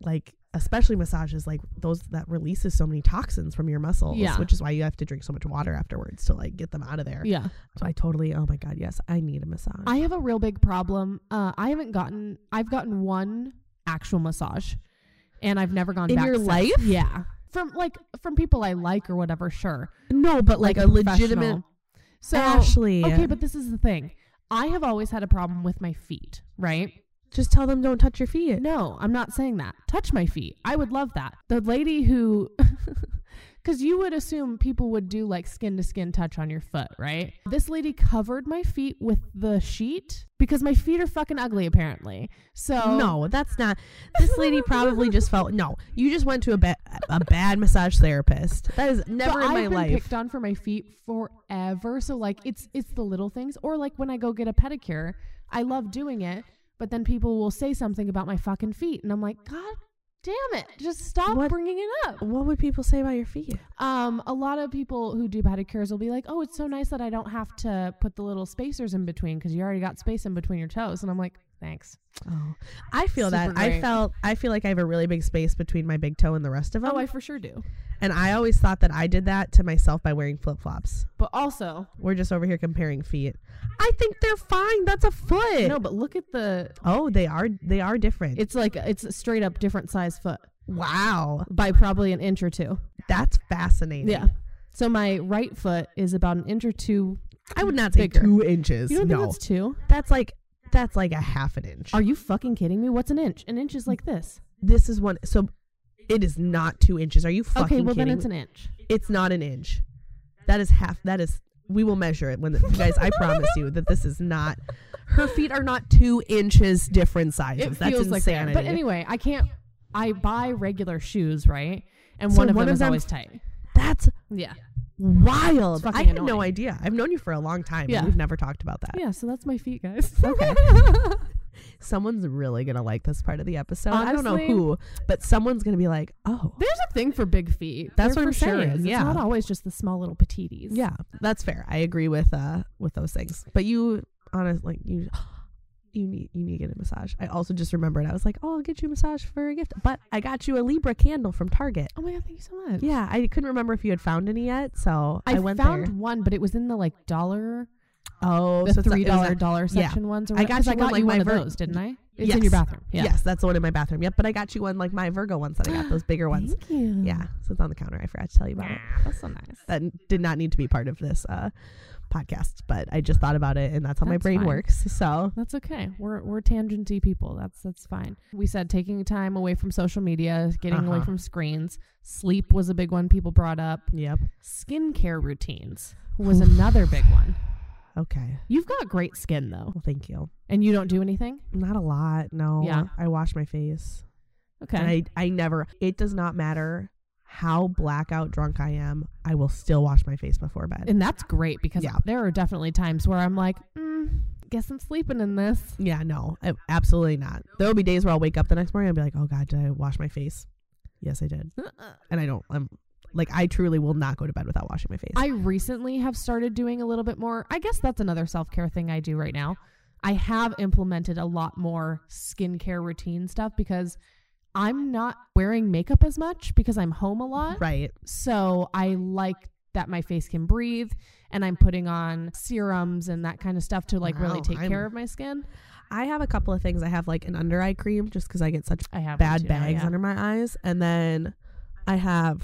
Speaker 2: like especially massages like those that releases so many toxins from your muscles
Speaker 3: Yeah.
Speaker 2: which is why you have to drink so much water afterwards to like get them out of there.
Speaker 3: Yeah.
Speaker 2: So I totally oh my god, yes, I need a massage.
Speaker 3: I have a real big problem. Uh, I haven't gotten. I've gotten one actual massage, and I've never gone
Speaker 2: In
Speaker 3: back
Speaker 2: your
Speaker 3: since.
Speaker 2: life?
Speaker 3: Yeah, from like from people I like or whatever. Sure,
Speaker 2: no, but like, a legitimate
Speaker 3: professional. So
Speaker 2: Ashley.
Speaker 3: okay, but this is the thing. I have always had a problem with my feet. Right?
Speaker 2: just tell them don't touch your feet.
Speaker 3: No, I'm not saying that. Touch my feet. I would love that. The lady who Because you would assume people would do like skin to skin touch on your foot, right? This lady covered my feet with the sheet because my feet are fucking ugly, apparently. So
Speaker 2: No, that's not. This lady probably just felt no. You just went to a bad a bad massage therapist. That is
Speaker 3: But
Speaker 2: never in
Speaker 3: I've
Speaker 2: my
Speaker 3: been
Speaker 2: life.
Speaker 3: picked on for my feet forever. So like it's it's the little things, or like when I go get a pedicure, I love doing it, but then people will say something about my fucking feet, and I'm like, God damn it, just stop
Speaker 2: What-
Speaker 3: bringing it up.
Speaker 2: What would people say about your feet?
Speaker 3: Um, a lot of people who do pedicures will be like, Oh, it's so nice that I don't have to put the little spacers in between because you already got space in between your toes, and I'm like, Thanks.
Speaker 2: Oh, I feel that.
Speaker 3: Super
Speaker 2: I
Speaker 3: great.
Speaker 2: felt. I feel like I have a really big space between my big toe and the rest of them.
Speaker 3: Oh, I for sure do.
Speaker 2: and I always thought that I did that to myself by wearing flip flops.
Speaker 3: But also,
Speaker 2: We're just over here comparing feet. I think they're fine. That's a foot.
Speaker 3: no. But look at the.
Speaker 2: Oh, they are. They are different.
Speaker 3: It's like it's a straight up different size foot
Speaker 2: wow,
Speaker 3: by probably an inch or two.
Speaker 2: that's fascinating.
Speaker 3: Yeah. So my right foot is about an inch or two.
Speaker 2: I would not say
Speaker 3: Bigger.
Speaker 2: two inches.
Speaker 3: You don't
Speaker 2: no,
Speaker 3: think that's two?
Speaker 2: that's like that's like a half an inch.
Speaker 3: Are you fucking kidding me? What's an inch? An inch is like this.
Speaker 2: this is one. So it is not two inches. Are you fucking
Speaker 3: okay, well
Speaker 2: kidding
Speaker 3: then it's
Speaker 2: me?
Speaker 3: an inch.
Speaker 2: It's not an inch. That is half. That is. We will measure it when the, guys. I promise you that this is not. Her feet are not two inches different sizes. that's insanity.
Speaker 3: But anyway, I can't. I buy regular shoes, right? And one of
Speaker 2: one
Speaker 3: them
Speaker 2: of
Speaker 3: is
Speaker 2: them-
Speaker 3: always tight.
Speaker 2: that's
Speaker 3: Yeah.
Speaker 2: wild.
Speaker 3: fucking
Speaker 2: I had no
Speaker 3: annoying.
Speaker 2: idea. I've known you for a long time.
Speaker 3: Yeah.
Speaker 2: and we've never talked about that.
Speaker 3: Yeah. So that's my feet, guys.
Speaker 2: Okay. someone's really gonna like this part of the episode. I don't know
Speaker 3: Honestly-
Speaker 2: who, but someone's gonna be like, "Oh,
Speaker 3: There's a thing for big feet.
Speaker 2: That's
Speaker 3: There
Speaker 2: what
Speaker 3: for
Speaker 2: I'm
Speaker 3: sure
Speaker 2: saying,
Speaker 3: is.
Speaker 2: yeah.
Speaker 3: It's not always just the small little petites.
Speaker 2: yeah, that's fair." I agree with uh with those things. But you, honest, like you, you need you need to get a massage. I also just remembered I was like, "Oh, I'll get you a massage for a gift," but I got you a Libra candle from Target.
Speaker 3: Oh my god! Thank you so much.
Speaker 2: Yeah, I couldn't remember if you had found any yet, so I,
Speaker 3: I,
Speaker 2: went
Speaker 3: found
Speaker 2: there.
Speaker 3: one, but it was in the like dollar
Speaker 2: Oh,
Speaker 3: the
Speaker 2: so it's a-
Speaker 3: three
Speaker 2: it was
Speaker 3: dollar
Speaker 2: a-
Speaker 3: dollar
Speaker 2: yeah.
Speaker 3: section ones. Or
Speaker 2: I
Speaker 3: whatever.
Speaker 2: got
Speaker 3: 'Cause
Speaker 2: you
Speaker 3: I
Speaker 2: one
Speaker 3: got
Speaker 2: like
Speaker 3: you one
Speaker 2: my
Speaker 3: of
Speaker 2: ver-
Speaker 3: those, didn't I? It's in
Speaker 2: Yes.
Speaker 3: your bathroom. Yeah.
Speaker 2: Yes, that's the one in my bathroom. Yep, but I got you one like my Virgo ones that I got those bigger ones.
Speaker 3: Thank you.
Speaker 2: Yeah, so it's on the counter. I forgot to tell you about it.
Speaker 3: that's so nice.
Speaker 2: that did not need to be part of this uh, podcast, but I just thought about it, and that's how my
Speaker 3: That's
Speaker 2: brain
Speaker 3: fine.
Speaker 2: works. So
Speaker 3: That's okay. We're we're tangenty people. That's that's fine. We said taking time away from social media, getting away
Speaker 2: Uh-huh.
Speaker 3: from screens. Sleep was a big one people brought up.
Speaker 2: yep,
Speaker 3: Skincare routines was another big one.
Speaker 2: okay.
Speaker 3: You've got great skin though,
Speaker 2: Well, thank you.
Speaker 3: and you don't do anything.
Speaker 2: Not a lot, no.
Speaker 3: Yeah.
Speaker 2: I wash my face.
Speaker 3: Okay.
Speaker 2: And I I never. It does not matter how blackout drunk I am. I will still wash my face before bed.
Speaker 3: and that's great because
Speaker 2: Yeah.
Speaker 3: there are definitely times where I'm like, mm, guess I'm sleeping in this.
Speaker 2: yeah, no, I- absolutely not. There will be days where I'll wake up the next morning and be like, oh god, did I wash my face? Yes, I did. And I don't. I'm like, I truly will not go to bed without washing my face.
Speaker 3: I recently have started doing a little bit more. I guess that's another self care thing I do right now. I have implemented a lot more skincare routine stuff because I'm not wearing makeup as much because I'm home a lot.
Speaker 2: right.
Speaker 3: So I like that my face can breathe and I'm putting on serums and that kind of stuff to like really
Speaker 2: Wow,
Speaker 3: take
Speaker 2: I'm-
Speaker 3: care of my skin.
Speaker 2: I have a couple of things. I have like an under eye cream just because I get such
Speaker 3: I have one
Speaker 2: bad
Speaker 3: too now,
Speaker 2: bags
Speaker 3: Oh, yeah.
Speaker 2: under my eyes and then i have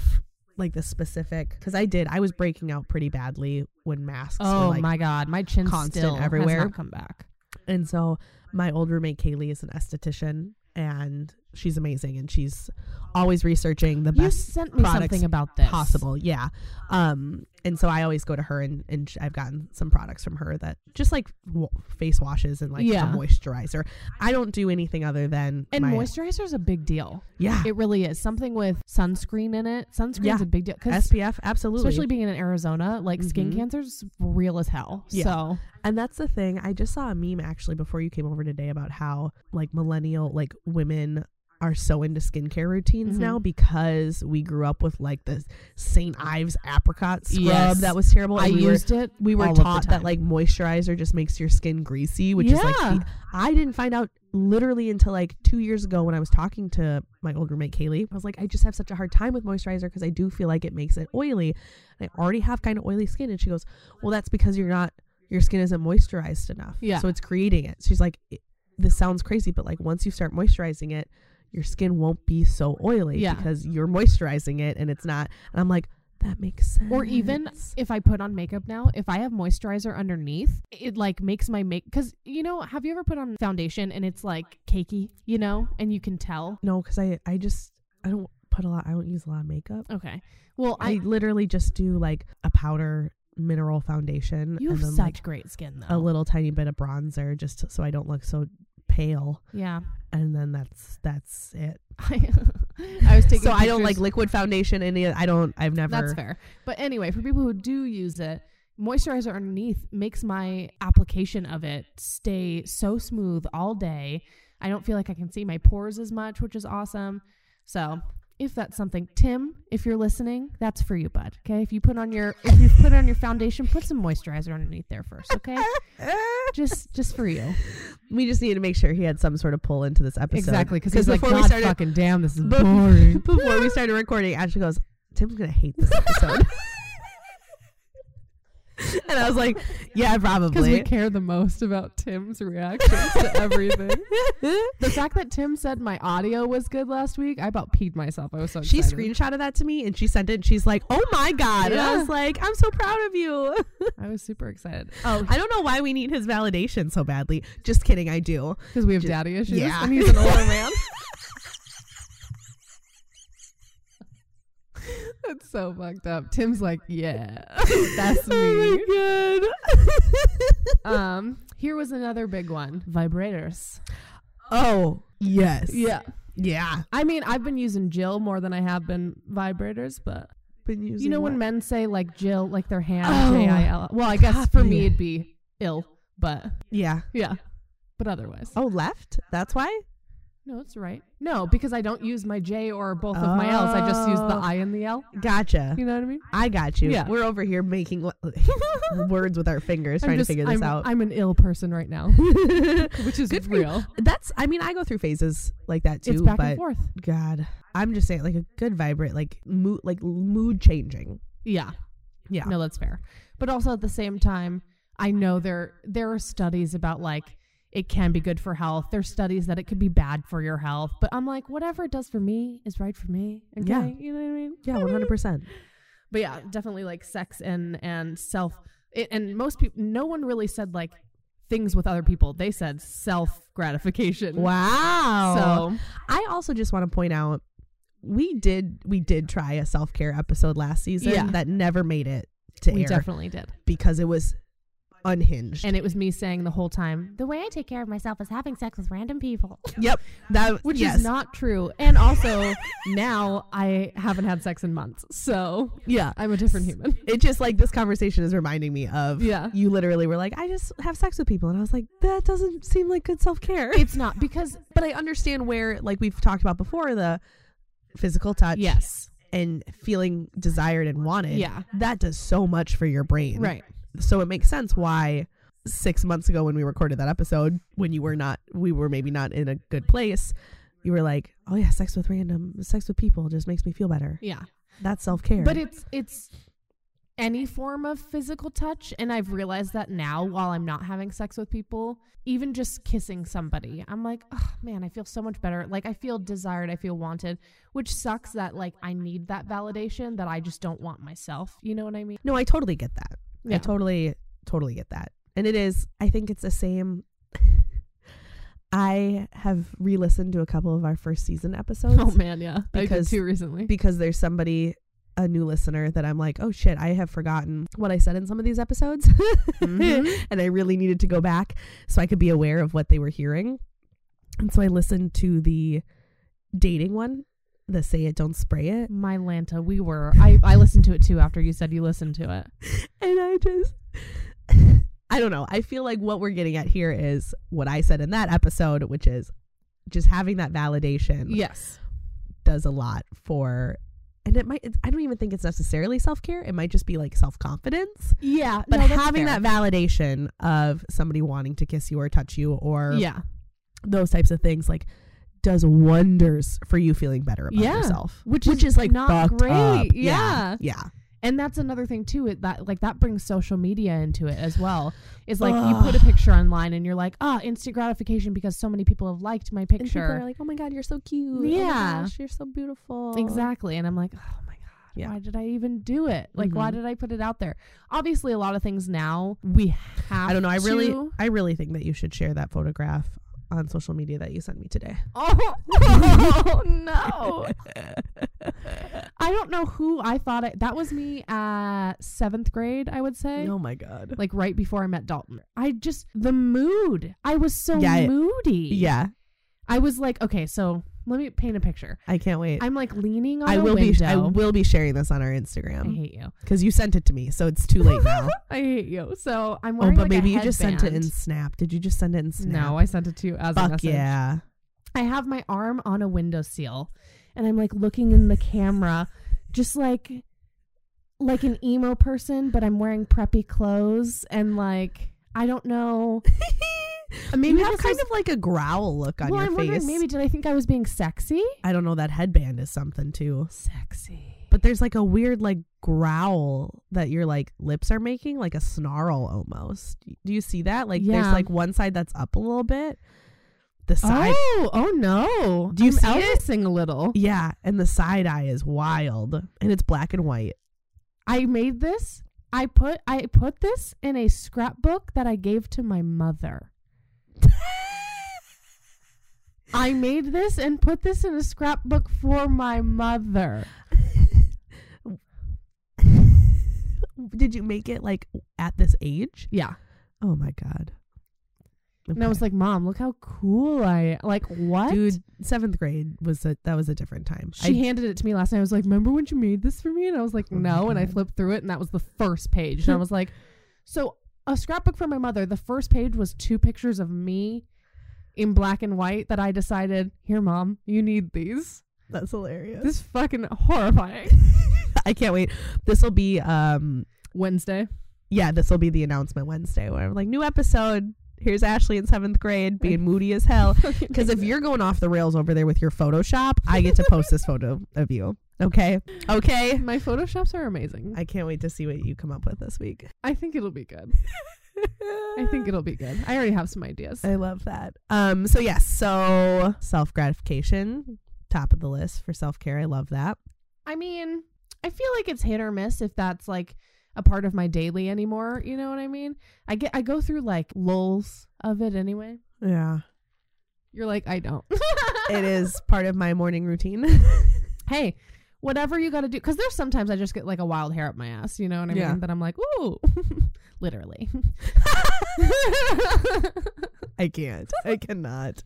Speaker 2: like the specific because i did i was breaking out pretty badly when masks were
Speaker 3: Oh
Speaker 2: like
Speaker 3: my god, my chin
Speaker 2: constant
Speaker 3: still everywhere.
Speaker 2: everywhere.
Speaker 3: Has not come back.
Speaker 2: and so my old roommate kaylee is an esthetician and she's amazing and she's always researching the
Speaker 3: You
Speaker 2: best
Speaker 3: sent me
Speaker 2: products
Speaker 3: something about this.
Speaker 2: possible yeah um and so i always go to her and, and sh- i've gotten some products from her that just like w- face washes and like
Speaker 3: Yeah.
Speaker 2: a moisturizer i don't do anything other than
Speaker 3: And
Speaker 2: my,
Speaker 3: moisturizer is a big deal.
Speaker 2: yeah
Speaker 3: It really is. Something with sunscreen in it. Sunscreen's
Speaker 2: Yeah.
Speaker 3: a big deal. 'cause
Speaker 2: spf absolutely
Speaker 3: especially being in Arizona, like skin
Speaker 2: Mhm.
Speaker 3: cancer's real as hell.
Speaker 2: Yeah.
Speaker 3: So
Speaker 2: And that's the thing. I just saw a meme actually before you came over today about how like millennial like women are so into skincare routines
Speaker 3: Mhm.
Speaker 2: now because we grew up with like the St. Ives apricot scrub
Speaker 3: Yes.
Speaker 2: that was terrible.
Speaker 3: I
Speaker 2: and we
Speaker 3: used it.
Speaker 2: were, we were
Speaker 3: all of the
Speaker 2: taught that
Speaker 3: time.
Speaker 2: like moisturizer just makes your skin greasy, which is like
Speaker 3: Yeah.
Speaker 2: the- I didn't find out literally until like 2 years ago when I was talking to my old roommate Kaylee. I was like I just have such a hard time with moisturizer because I do feel like it makes it oily. I already have kind of oily skin and she goes, "Well, that's because you're not your skin isn't moisturized enough.
Speaker 3: Yeah.
Speaker 2: So it's creating it. She's like, "It- this sounds crazy, but like once you start moisturizing it, your skin won't be so oily
Speaker 3: Yeah.
Speaker 2: because you're moisturizing it and it's not. And I'm like, that makes sense.
Speaker 3: Or even if I put on makeup now, if I have moisturizer underneath, it like makes my make. Because you know, have you ever put on foundation and it's like cakey, you know, and you can tell.
Speaker 2: no, because I I just I don't put a lot. I don't use a lot of makeup.
Speaker 3: Okay. Well,
Speaker 2: I,
Speaker 3: I,
Speaker 2: literally just do like a powder mineral foundation
Speaker 3: you
Speaker 2: and
Speaker 3: have
Speaker 2: then
Speaker 3: such
Speaker 2: like
Speaker 3: great skin though.
Speaker 2: a little tiny bit of bronzer just to- so I don't look so pale.
Speaker 3: Yeah.
Speaker 2: And then that's that's it.
Speaker 3: I, I was
Speaker 2: so
Speaker 3: taking.
Speaker 2: I don't like
Speaker 3: pictures-
Speaker 2: liquid foundation. Any I don't. I've never.
Speaker 3: That's fair. But anyway, for people who do use it, moisturizer underneath makes my application of it stay so smooth all day. I don't feel like I can see my pores as much, which is awesome. So if that's something, Tim, if you're listening, that's for you, bud. Okay. If you put on your if you put on your foundation, put some moisturizer underneath there first. Okay. just just for you.
Speaker 2: we just needed to make sure he had some sort of pull into this episode. before we started,
Speaker 3: fucking damn, this is
Speaker 2: Bef-
Speaker 3: boring.
Speaker 2: before we started recording, Ashley goes, "Tim's gonna hate this episode." and I was like, "Yeah,
Speaker 4: Because we
Speaker 2: probably."
Speaker 4: care the most about Tim's reactions to everything.
Speaker 3: the fact that Tim said my audio was good last week, I about peed myself. I was so
Speaker 2: She
Speaker 3: excited.
Speaker 2: screenshotted that to me and she sent it and she's like, "Oh my god." And I
Speaker 3: Yeah.
Speaker 2: was like, "I'm so proud of you."
Speaker 3: I was super excited.
Speaker 2: Oh, I don't know why we need his validation so badly. Just kidding, I do.
Speaker 4: Because we have
Speaker 2: Ju-
Speaker 4: daddy issues.
Speaker 2: yeah.
Speaker 4: And he's an older man. That's so fucked up. Tim's like, yeah, that's me.
Speaker 2: Oh my god.
Speaker 3: um, here was another big one: vibrators.
Speaker 2: oh, yes.
Speaker 4: Yeah.
Speaker 2: Yeah.
Speaker 3: I mean, I've been using Jill more than I have been vibrators, but
Speaker 2: Been using
Speaker 3: you know when
Speaker 2: what?
Speaker 3: men say like Jill, like their hand,
Speaker 2: Oh,
Speaker 3: J I L. Well, I guess for
Speaker 2: copy.
Speaker 3: me it'd be ill, but
Speaker 2: Yeah.
Speaker 3: yeah, but otherwise,
Speaker 2: Oh, left? That's why?
Speaker 3: no, it's right. No, because I don't use my J or both of my L's. I just use the
Speaker 2: Oh.
Speaker 3: I and the L.
Speaker 2: Gotcha.
Speaker 3: You know what I mean?
Speaker 2: I got you.
Speaker 3: Yeah.
Speaker 2: We're over here making words with our fingers
Speaker 3: I'm
Speaker 2: trying
Speaker 3: just
Speaker 2: to figure this
Speaker 3: I'm,
Speaker 2: out.
Speaker 3: I'm an ill person right now, which is
Speaker 2: Good for you.
Speaker 3: real.
Speaker 2: That's I mean, I go through phases like that too,
Speaker 3: It's back
Speaker 2: but
Speaker 3: and forth.
Speaker 2: god, I'm just saying like a good vibrate like mood like mood changing.
Speaker 3: Yeah.
Speaker 2: Yeah.
Speaker 3: No, that's fair. But also at the same time, I know there there are studies about like it can be good for health. There's studies that it could be bad for your health. But I'm like, whatever it does for me is right for me. Okay.
Speaker 2: Yeah.
Speaker 3: You know what I mean?
Speaker 2: Yeah, 100%.
Speaker 3: But yeah, definitely like sex and and self it, and most people no one really said like things with other people. They said self gratification.
Speaker 2: Wow.
Speaker 3: So
Speaker 2: I also just want to point out we did we did try a self care episode last season
Speaker 3: Yeah.
Speaker 2: that never made it to
Speaker 3: we
Speaker 2: air
Speaker 3: definitely did.
Speaker 2: because it was unhinged.
Speaker 3: And it was me saying the whole time, the way I take care of myself is having sex with random people.
Speaker 2: yep, that
Speaker 3: which
Speaker 2: yes.
Speaker 3: is not true. And also, now I haven't had sex in months, so
Speaker 2: yeah.
Speaker 3: I'm a different human.
Speaker 2: It just like this conversation is reminding me of
Speaker 3: Yeah.
Speaker 2: you literally were like I just have sex with people and I was like that doesn't seem like good self care.
Speaker 3: It's not because
Speaker 2: But I understand where like we've talked about before the physical touch
Speaker 3: yes,
Speaker 2: and feeling desired and wanted.
Speaker 3: Yeah.
Speaker 2: That does so much for your brain.
Speaker 3: right,
Speaker 2: so it makes sense why six months ago when we recorded that episode when you were not we were maybe not in a good place you were like oh yeah sex with random sex with people just makes me feel better
Speaker 3: yeah.
Speaker 2: that's self-care
Speaker 3: But it's it's any form of physical touch, and I've realized that now while I'm not having sex with people, even just kissing somebody, I'm like, oh man, I feel so much better. Like I feel desired, I feel wanted, which sucks that like I need that validation that I just don't want myself. You know what I mean?
Speaker 2: no i totally get that i
Speaker 3: Yeah.
Speaker 2: totally totally get that and it is i think it's the same i have re-listened to a couple of our first season episodes
Speaker 3: Oh man, yeah. I did
Speaker 2: Because-
Speaker 3: too recently.
Speaker 2: because there's somebody a new listener that I'm like, oh shit, I have forgotten what I said in some of these episodes.
Speaker 3: Mhm.
Speaker 2: and I really needed to go back so I could be aware of what they were hearing. And so I listened to the dating one, the say it, don't spray it.
Speaker 3: My Lanta, we were. I, I listened to it too after you said you listened to it.
Speaker 2: And I just, I don't know. I feel like what we're getting at here is what I said in that episode, which is just having that validation
Speaker 3: Yes.
Speaker 2: does a lot for. And it might, I don't even think it's necessarily self care. It might just be like self confidence.
Speaker 3: Yeah.
Speaker 2: but having that validation of somebody wanting to kiss you or touch you or
Speaker 3: Yeah.
Speaker 2: those types of things like does wonders for you feeling better about
Speaker 3: Yeah.
Speaker 2: yourself
Speaker 3: Which
Speaker 2: which
Speaker 3: is
Speaker 2: is like
Speaker 3: not
Speaker 2: fucked
Speaker 3: great.
Speaker 2: up.
Speaker 3: Yeah.
Speaker 2: yeah
Speaker 3: And that's another thing too. It that like that brings social media into it as well. Is like you
Speaker 2: Ugh.
Speaker 3: put a picture online and you're like, ah, instant gratification because so many people have liked my
Speaker 2: and people are
Speaker 3: picture.
Speaker 2: like oh my god you're so cute Oh my
Speaker 3: Yeah.
Speaker 2: gosh, you're so beautiful
Speaker 3: exactly. And I'm like, oh my god,
Speaker 2: Yeah.
Speaker 3: why did I even do it? Like, why
Speaker 2: Mhm.
Speaker 3: did I put it out there? Obviously, a lot of things now we have.
Speaker 2: i don't know i really
Speaker 3: to-
Speaker 2: i really think that you should share that photograph on social media that you sent me today
Speaker 3: Oh, no. don't know who I thought I, that was me at seventh grade, I would say.
Speaker 2: Oh my god.
Speaker 3: Like right before I met Dalton. I just, the mood. I was so
Speaker 2: Yeah, it-
Speaker 3: moody.
Speaker 2: Yeah,
Speaker 3: I was like, okay, so let me paint a picture.
Speaker 2: I can't wait.
Speaker 3: I'm like leaning on
Speaker 2: I
Speaker 3: a
Speaker 2: will be. I
Speaker 3: window.
Speaker 2: will be sharing this on our
Speaker 3: I
Speaker 2: Instagram
Speaker 3: hate you.
Speaker 2: because you sent it to me, so it's too late now.
Speaker 3: I hate you. So I'm
Speaker 2: oh,
Speaker 3: wearing
Speaker 2: but
Speaker 3: like, a
Speaker 2: maybe you just sent it in
Speaker 3: headband.
Speaker 2: Snap. Did you just send it in Snap?
Speaker 4: No, I sent it to you as a
Speaker 2: Fuck
Speaker 4: message.
Speaker 2: yeah.
Speaker 3: I have my arm on a windowsill and I'm like looking in the camera, just like like an emo person, but I'm wearing preppy clothes and like I don't know. Maybe
Speaker 2: Maybe you have
Speaker 3: this
Speaker 2: kind
Speaker 3: was-
Speaker 2: of like a growl look on
Speaker 3: well,
Speaker 2: your
Speaker 3: I'm
Speaker 2: face.
Speaker 3: wondering maybe did I think I was being sexy?
Speaker 2: I don't know. That headband is something too.
Speaker 3: Sexy.
Speaker 2: But there's like a weird like growl that your like lips are making, like a snarl almost. Do you see that? Like
Speaker 3: Yeah.
Speaker 2: there's like one side that's up a little bit. The side,
Speaker 3: Oh, oh no.
Speaker 2: Do you
Speaker 3: I'm
Speaker 2: see it?
Speaker 3: Elvising a little.
Speaker 2: yeah, and the side eye is wild, and it's black and white.
Speaker 3: I made this. I put I put this in a scrapbook that I gave to my mother. I made this and put this in a scrapbook for my mother.
Speaker 2: Did you make it like at this age?
Speaker 3: Yeah.
Speaker 2: Oh my god.
Speaker 3: And I was
Speaker 2: Okay.
Speaker 3: like, "Mom, look how cool I am. like what?"
Speaker 2: dude, seventh grade was a that was a different time.
Speaker 3: she handed it to me last night. I was like, "Remember when you made this for me?" And I was like,
Speaker 2: Oh my
Speaker 3: "No." And I
Speaker 2: God.
Speaker 3: flipped through it and that was the first page. And I was like, "So, a scrapbook for my mother. The first page was two pictures of me in black and white that I decided, "Here, mom, you need these."
Speaker 2: that's hilarious.
Speaker 3: This is fucking horrifying.
Speaker 2: I can't wait. This will be um
Speaker 3: Wednesday.
Speaker 2: yeah, this will be the announcement Wednesday where I'm like, new episode. Here's Ashley in seventh grade being moody as hell. Because if you're going off the rails over there with your Photoshop, I get to post this photo of you. Okay. Okay.
Speaker 3: My photoshops are amazing.
Speaker 2: I can't wait to see what you come up with this week.
Speaker 3: I think it'll be good. I think it'll be good. I already have some ideas.
Speaker 2: I love that. Um, so yes, so self gratification, top of the list for self care. I love that.
Speaker 3: I mean, I feel like it's hit or miss if that's like a part of my daily anymore, you know what I mean? I get I go through like lulls of it anyway.
Speaker 2: Yeah.
Speaker 3: You're like, I don't.
Speaker 2: It is part of my morning routine.
Speaker 3: Hey, whatever you got to do cuz there's sometimes I just get like a wild hair up my ass, you know what I
Speaker 2: Yeah.
Speaker 3: mean? That I'm like, "Ooh." Literally.
Speaker 2: I can't. I cannot.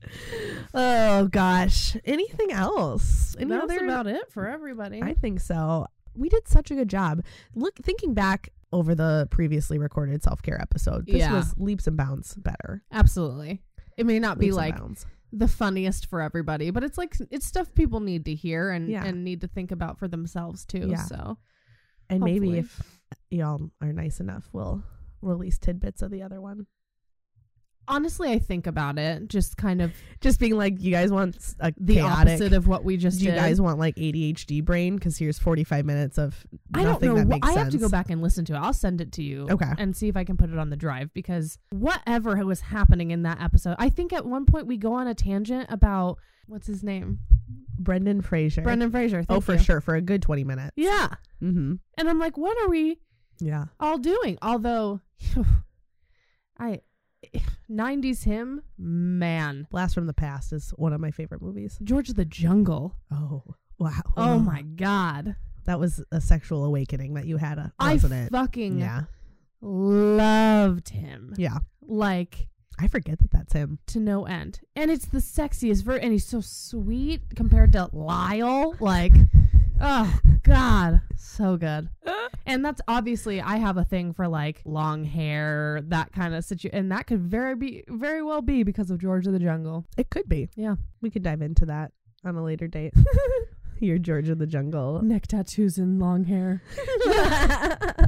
Speaker 2: Oh gosh. Anything else? Any
Speaker 3: that's
Speaker 2: other-
Speaker 3: about it for everybody.
Speaker 2: I think so. We did such a good job. Look, thinking back over the previously recorded self care episode, this
Speaker 3: Yeah.
Speaker 2: was leaps and bounds better.
Speaker 3: Absolutely. It may not be
Speaker 2: Leaps and
Speaker 3: like
Speaker 2: bounds.
Speaker 3: the funniest for everybody, but it's like it's stuff people need to hear and
Speaker 2: Yeah.
Speaker 3: and need to think about for themselves too.
Speaker 2: Yeah.
Speaker 3: So
Speaker 2: and maybe
Speaker 3: hopefully.
Speaker 2: if y'all are nice enough, we'll release tidbits of the other one.
Speaker 3: honestly, I think about it, just kind of
Speaker 2: Just being like, you guys want s- a
Speaker 3: the
Speaker 2: chaotic.
Speaker 3: opposite of what we just
Speaker 2: do you
Speaker 3: did.
Speaker 2: guys want like ADHD brain? Because here's 45 minutes of
Speaker 3: I don't
Speaker 2: nothing
Speaker 3: know.
Speaker 2: that
Speaker 3: wh-
Speaker 2: makes
Speaker 3: I
Speaker 2: sense.
Speaker 3: have to go back and listen to it. I'll send it to you.
Speaker 2: Okay.
Speaker 3: And see if I can put it on the drive because whatever was happening in that episode, I think at one point we go on a tangent about what's his name,
Speaker 2: Brendan Fraser.
Speaker 3: Brendan Fraser.
Speaker 2: Oh,
Speaker 3: thank
Speaker 2: for
Speaker 3: you.
Speaker 2: sure, for a good 20 minutes.
Speaker 3: Yeah.
Speaker 2: Mm-hmm.
Speaker 3: And I'm like, what are we?
Speaker 2: Yeah.
Speaker 3: all doing. Although, I 90s him, man.
Speaker 2: Blast from the Past is one of my favorite movies.
Speaker 3: George of the Jungle.
Speaker 2: Oh, wow.
Speaker 3: Oh my god.
Speaker 2: That was a sexual awakening that you had, uh,
Speaker 3: I
Speaker 2: wasn't it?
Speaker 3: fucking
Speaker 2: Yeah.
Speaker 3: loved him.
Speaker 2: Yeah.
Speaker 3: Like
Speaker 2: I forget that that's him.
Speaker 3: to no end. And it's the sexiest ver and he's so sweet compared to Lyle. Like oh god, so good. And that's obviously I have a thing for like long hair, that kind of situ and that could very be very well be because of George of the Jungle.
Speaker 2: It could be.
Speaker 3: Yeah.
Speaker 2: We could dive into that on a later date. Your George of the Jungle.
Speaker 3: neck tattoos and long hair.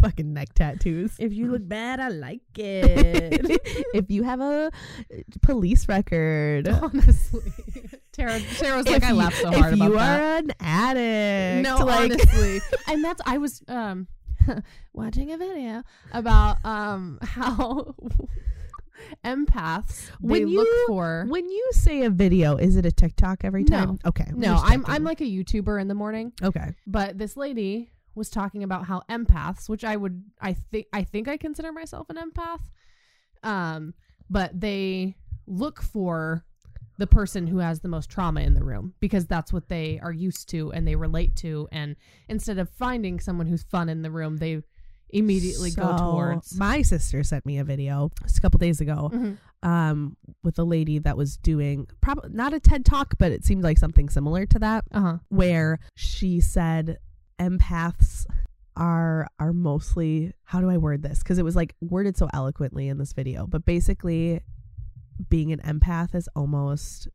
Speaker 2: Fucking neck tattoos.
Speaker 4: If you look bad, I like
Speaker 2: if you have a uh, police record.
Speaker 3: Honestly, Tara, Tara was like,
Speaker 2: If
Speaker 3: I
Speaker 2: you-
Speaker 3: laughed so hard
Speaker 2: if
Speaker 3: about
Speaker 2: you
Speaker 3: that.
Speaker 2: are an addict.
Speaker 3: No,
Speaker 2: like,
Speaker 3: honestly, and that's I was um watching a video about um how empaths they
Speaker 2: When
Speaker 3: look
Speaker 2: you-
Speaker 3: for.
Speaker 2: When you say a video, is it a TikTok every
Speaker 3: No.
Speaker 2: time? Okay.
Speaker 3: no,
Speaker 2: just
Speaker 3: I'm
Speaker 2: checking.
Speaker 3: I'm like a YouTuber in the morning,
Speaker 2: okay.
Speaker 3: but this lady was talking about how empaths, which I would I think I think I consider myself an empath, um, but they look for the person who has the most trauma in the room because that's what they are used to and they relate to and instead of finding someone who's fun in the room they immediately go
Speaker 2: So,
Speaker 3: towards
Speaker 2: My sister sent me a video just a couple days ago
Speaker 3: Mhm.
Speaker 2: um, with a lady that was doing probably not a TED talk, but it seemed like something similar to that,
Speaker 3: uh-huh
Speaker 2: where she said empaths are are mostly how do I word this? Because it was like worded so eloquently in this video, but basically, being an empath is almost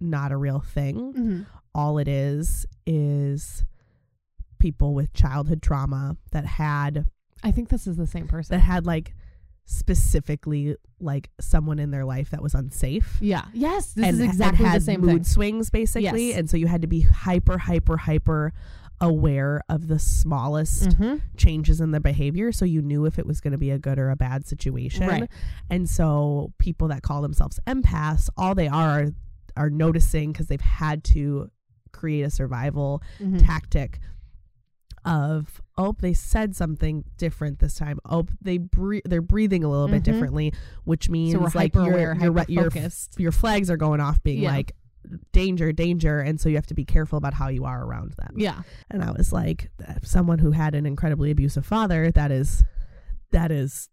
Speaker 2: not a real thing
Speaker 3: hmm
Speaker 2: all it is is people with childhood trauma that had
Speaker 3: i think this is the same
Speaker 2: that
Speaker 3: person
Speaker 2: had like specifically like someone in their life that was unsafe
Speaker 3: yeah yes this
Speaker 2: and
Speaker 3: is
Speaker 2: ha- and
Speaker 3: exactly
Speaker 2: had
Speaker 3: the same
Speaker 2: mood
Speaker 3: thing
Speaker 2: swings basically
Speaker 3: Yes.
Speaker 2: and so you had to be hyper hyper hyper aware of the smallest
Speaker 3: Mhm.
Speaker 2: changes in their behavior so you knew if it was going to be a good or a bad situation
Speaker 3: Right.
Speaker 2: and so people that call themselves empaths all they are are, are noticing because they've had to create a survival
Speaker 3: Mhm.
Speaker 2: tactic of oh they said something different this time oh they bre- they're breathing a little bit
Speaker 3: Mhm.
Speaker 2: differently which means
Speaker 3: so we're
Speaker 2: like
Speaker 3: hyper
Speaker 2: your
Speaker 3: aware
Speaker 2: your, re-
Speaker 3: hyper
Speaker 2: your,
Speaker 3: focused
Speaker 2: your flags are going off being
Speaker 3: Yeah.
Speaker 2: like danger danger and so you have to be careful about how you are around them
Speaker 3: yeah
Speaker 2: and I was like, someone who had an incredibly abusive father, that is that is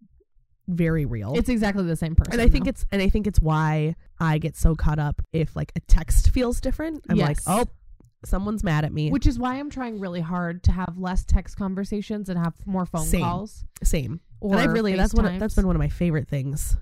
Speaker 2: very real.
Speaker 3: it's exactly the same person
Speaker 2: Oh. and I think
Speaker 3: though.
Speaker 2: it's and I think it's why I get so caught up if like a text feels different. I'm like,
Speaker 3: Yes.
Speaker 2: oh, someone's mad at me.
Speaker 3: which is why i'm trying really hard to have less text conversations and have more phone
Speaker 2: Same.
Speaker 3: calls
Speaker 2: Same.
Speaker 3: or
Speaker 2: And I really that's one of-
Speaker 3: FaceTimes.
Speaker 2: that's been one of my favorite things.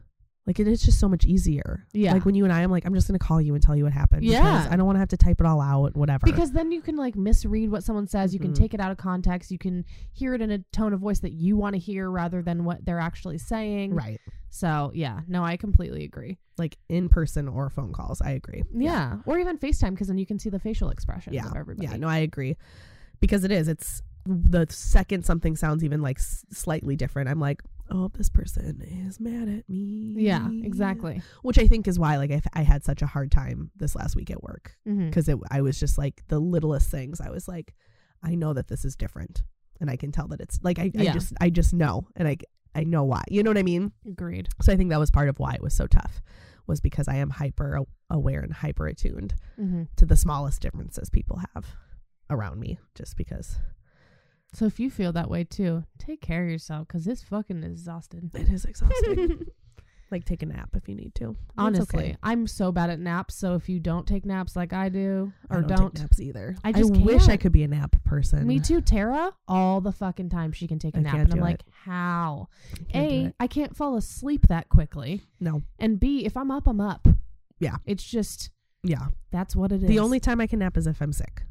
Speaker 2: Like it is just so much easier.
Speaker 3: Yeah.
Speaker 2: Like when you and I, I'm like, I'm just gonna call you and tell you what happened.
Speaker 3: Yeah.
Speaker 2: Because I don't want to have to type it all out. Whatever.
Speaker 3: Because then you can like misread what someone says. You can
Speaker 2: Mhm.
Speaker 3: take it out of context. You can hear it in a tone of voice that you want to hear rather than what they're actually saying.
Speaker 2: right.
Speaker 3: So yeah, no, I completely agree.
Speaker 2: Like in person or phone calls. I agree.
Speaker 3: Yeah, or even Facetime because then you can see the facial expressions
Speaker 2: yeah
Speaker 3: of everybody.
Speaker 2: yeah no i agree because it is it's the second something sounds even like s- slightly different i'm like oh this person is mad at me
Speaker 3: yeah, exactly.
Speaker 2: which i think is why like i, f- I had such a hard time this last week at work
Speaker 3: Mhm.
Speaker 2: because i was just like the littlest things i was like i know that this is different and i can tell that it's like i, I
Speaker 3: Yeah.
Speaker 2: just i just know and i i know why you know what i mean
Speaker 3: Agreed.
Speaker 2: so i think that was part of why it was so tough was because i am hyper a- aware and hyper attuned
Speaker 3: hmm
Speaker 2: to the smallest differences people have around me just because
Speaker 3: So if you feel that way too, take care of yourself because this fucking is exhausting.
Speaker 2: it is exhausting. like take a nap if you need to. That's
Speaker 3: Honestly,
Speaker 2: okay.
Speaker 3: I'm so bad at naps. So if you don't take naps like I do, or
Speaker 2: I don't,
Speaker 3: don't,
Speaker 2: take naps either.
Speaker 3: I just
Speaker 2: wish I
Speaker 3: can't.
Speaker 2: could be a nap person.
Speaker 3: Me too, Tara. All the fucking time she can take a
Speaker 2: I
Speaker 3: nap.
Speaker 2: can't
Speaker 3: And I'm
Speaker 2: do
Speaker 3: like,
Speaker 2: it.
Speaker 3: how?
Speaker 2: Can't do
Speaker 3: A,
Speaker 2: it.
Speaker 3: I can't fall asleep that quickly.
Speaker 2: No.
Speaker 3: And B, if I'm up, I'm up.
Speaker 2: Yeah.
Speaker 3: It's just,
Speaker 2: Yeah.
Speaker 3: that's what it is.
Speaker 2: The only time I can nap is if I'm sick.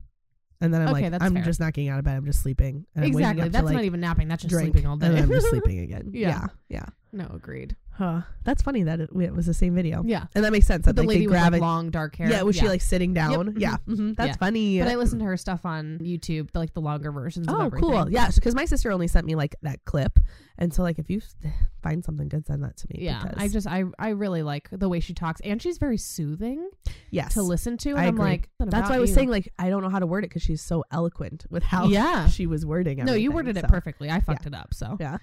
Speaker 2: And then I'm
Speaker 3: Okay,
Speaker 2: like,
Speaker 3: that's
Speaker 2: I'm
Speaker 3: fair.
Speaker 2: just not getting out of bed. I'm just sleeping. And I'm waking
Speaker 3: Exactly.
Speaker 2: up to,
Speaker 3: That's
Speaker 2: like,
Speaker 3: not even napping. That's just
Speaker 2: drink,
Speaker 3: sleeping all day.
Speaker 2: And then I'm just sleeping again.
Speaker 3: Yeah.
Speaker 2: yeah. Yeah.
Speaker 3: no, agreed.
Speaker 2: Huh. That's funny that it, it was the same video.
Speaker 3: Yeah.
Speaker 2: And that makes sense.
Speaker 3: But
Speaker 2: That
Speaker 3: the
Speaker 2: like,
Speaker 3: lady
Speaker 2: Oh, they
Speaker 3: with
Speaker 2: grab
Speaker 3: like,
Speaker 2: it.
Speaker 3: long dark hair.
Speaker 2: yeah. Was she like sitting down?
Speaker 3: mhm.
Speaker 2: Yeah. hmm That's
Speaker 3: Yeah.
Speaker 2: funny.
Speaker 3: But I listened to her stuff on YouTube, like the longer versions of
Speaker 2: Oh,
Speaker 3: everything.
Speaker 2: cool. Yeah, because my sister only sent me like that clip, and so like if you s- find something good, send that to me.
Speaker 3: Yeah,
Speaker 2: because,
Speaker 3: I just I I really like the way she talks, and she's very soothing
Speaker 2: yes,
Speaker 3: to listen to. And
Speaker 2: I
Speaker 3: am
Speaker 2: agree.
Speaker 3: like, "What
Speaker 2: That's
Speaker 3: about
Speaker 2: why I was
Speaker 3: you?"
Speaker 2: saying like I don't know how to word it because she's so eloquent with how
Speaker 3: yeah,
Speaker 2: she was wording.
Speaker 3: No, you
Speaker 2: everything,
Speaker 3: worded it
Speaker 2: so.
Speaker 3: perfectly. I fucked it up. So
Speaker 2: Yeah.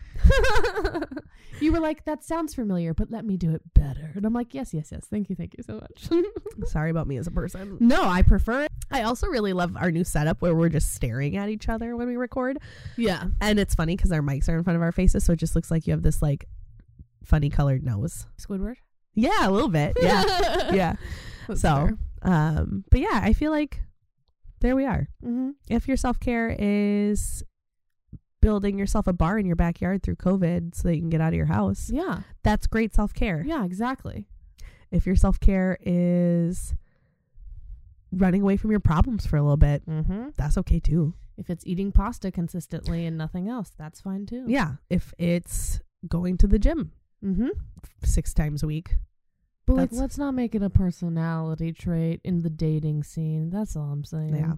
Speaker 3: you were like, "That sounds familiar, but let me do it better." And I'm like, "Yes, yes, yes. Thank you, thank you so much."
Speaker 2: Sorry about me as a person.
Speaker 3: no, I prefer it.
Speaker 2: I also really love our new setup where we're just staring at each other when we record,
Speaker 3: Yeah,
Speaker 2: and it's funny because our mics are in front of our faces, so it just looks like you have this like funny colored nose.
Speaker 3: Squidward.
Speaker 2: Yeah, a little bit. Yeah, yeah. So, Um, but yeah, I feel like there we are.
Speaker 3: hmm
Speaker 2: if your self care is building yourself a bar in your backyard through COVID so that you can get out of your house,
Speaker 3: yeah,
Speaker 2: that's great self care.
Speaker 3: yeah, exactly.
Speaker 2: If your self care is running away from your problems for a little bit,
Speaker 3: Mm-hmm.
Speaker 2: that's okay too.
Speaker 3: If it's eating pasta consistently and nothing else, that's fine too.
Speaker 2: Yeah. If it's going to the gym
Speaker 3: Mm-hmm.
Speaker 2: six times a week,
Speaker 3: But like,
Speaker 2: That's-
Speaker 3: let's not make it a personality trait in the dating scene. That's all I'm saying.
Speaker 2: Yeah.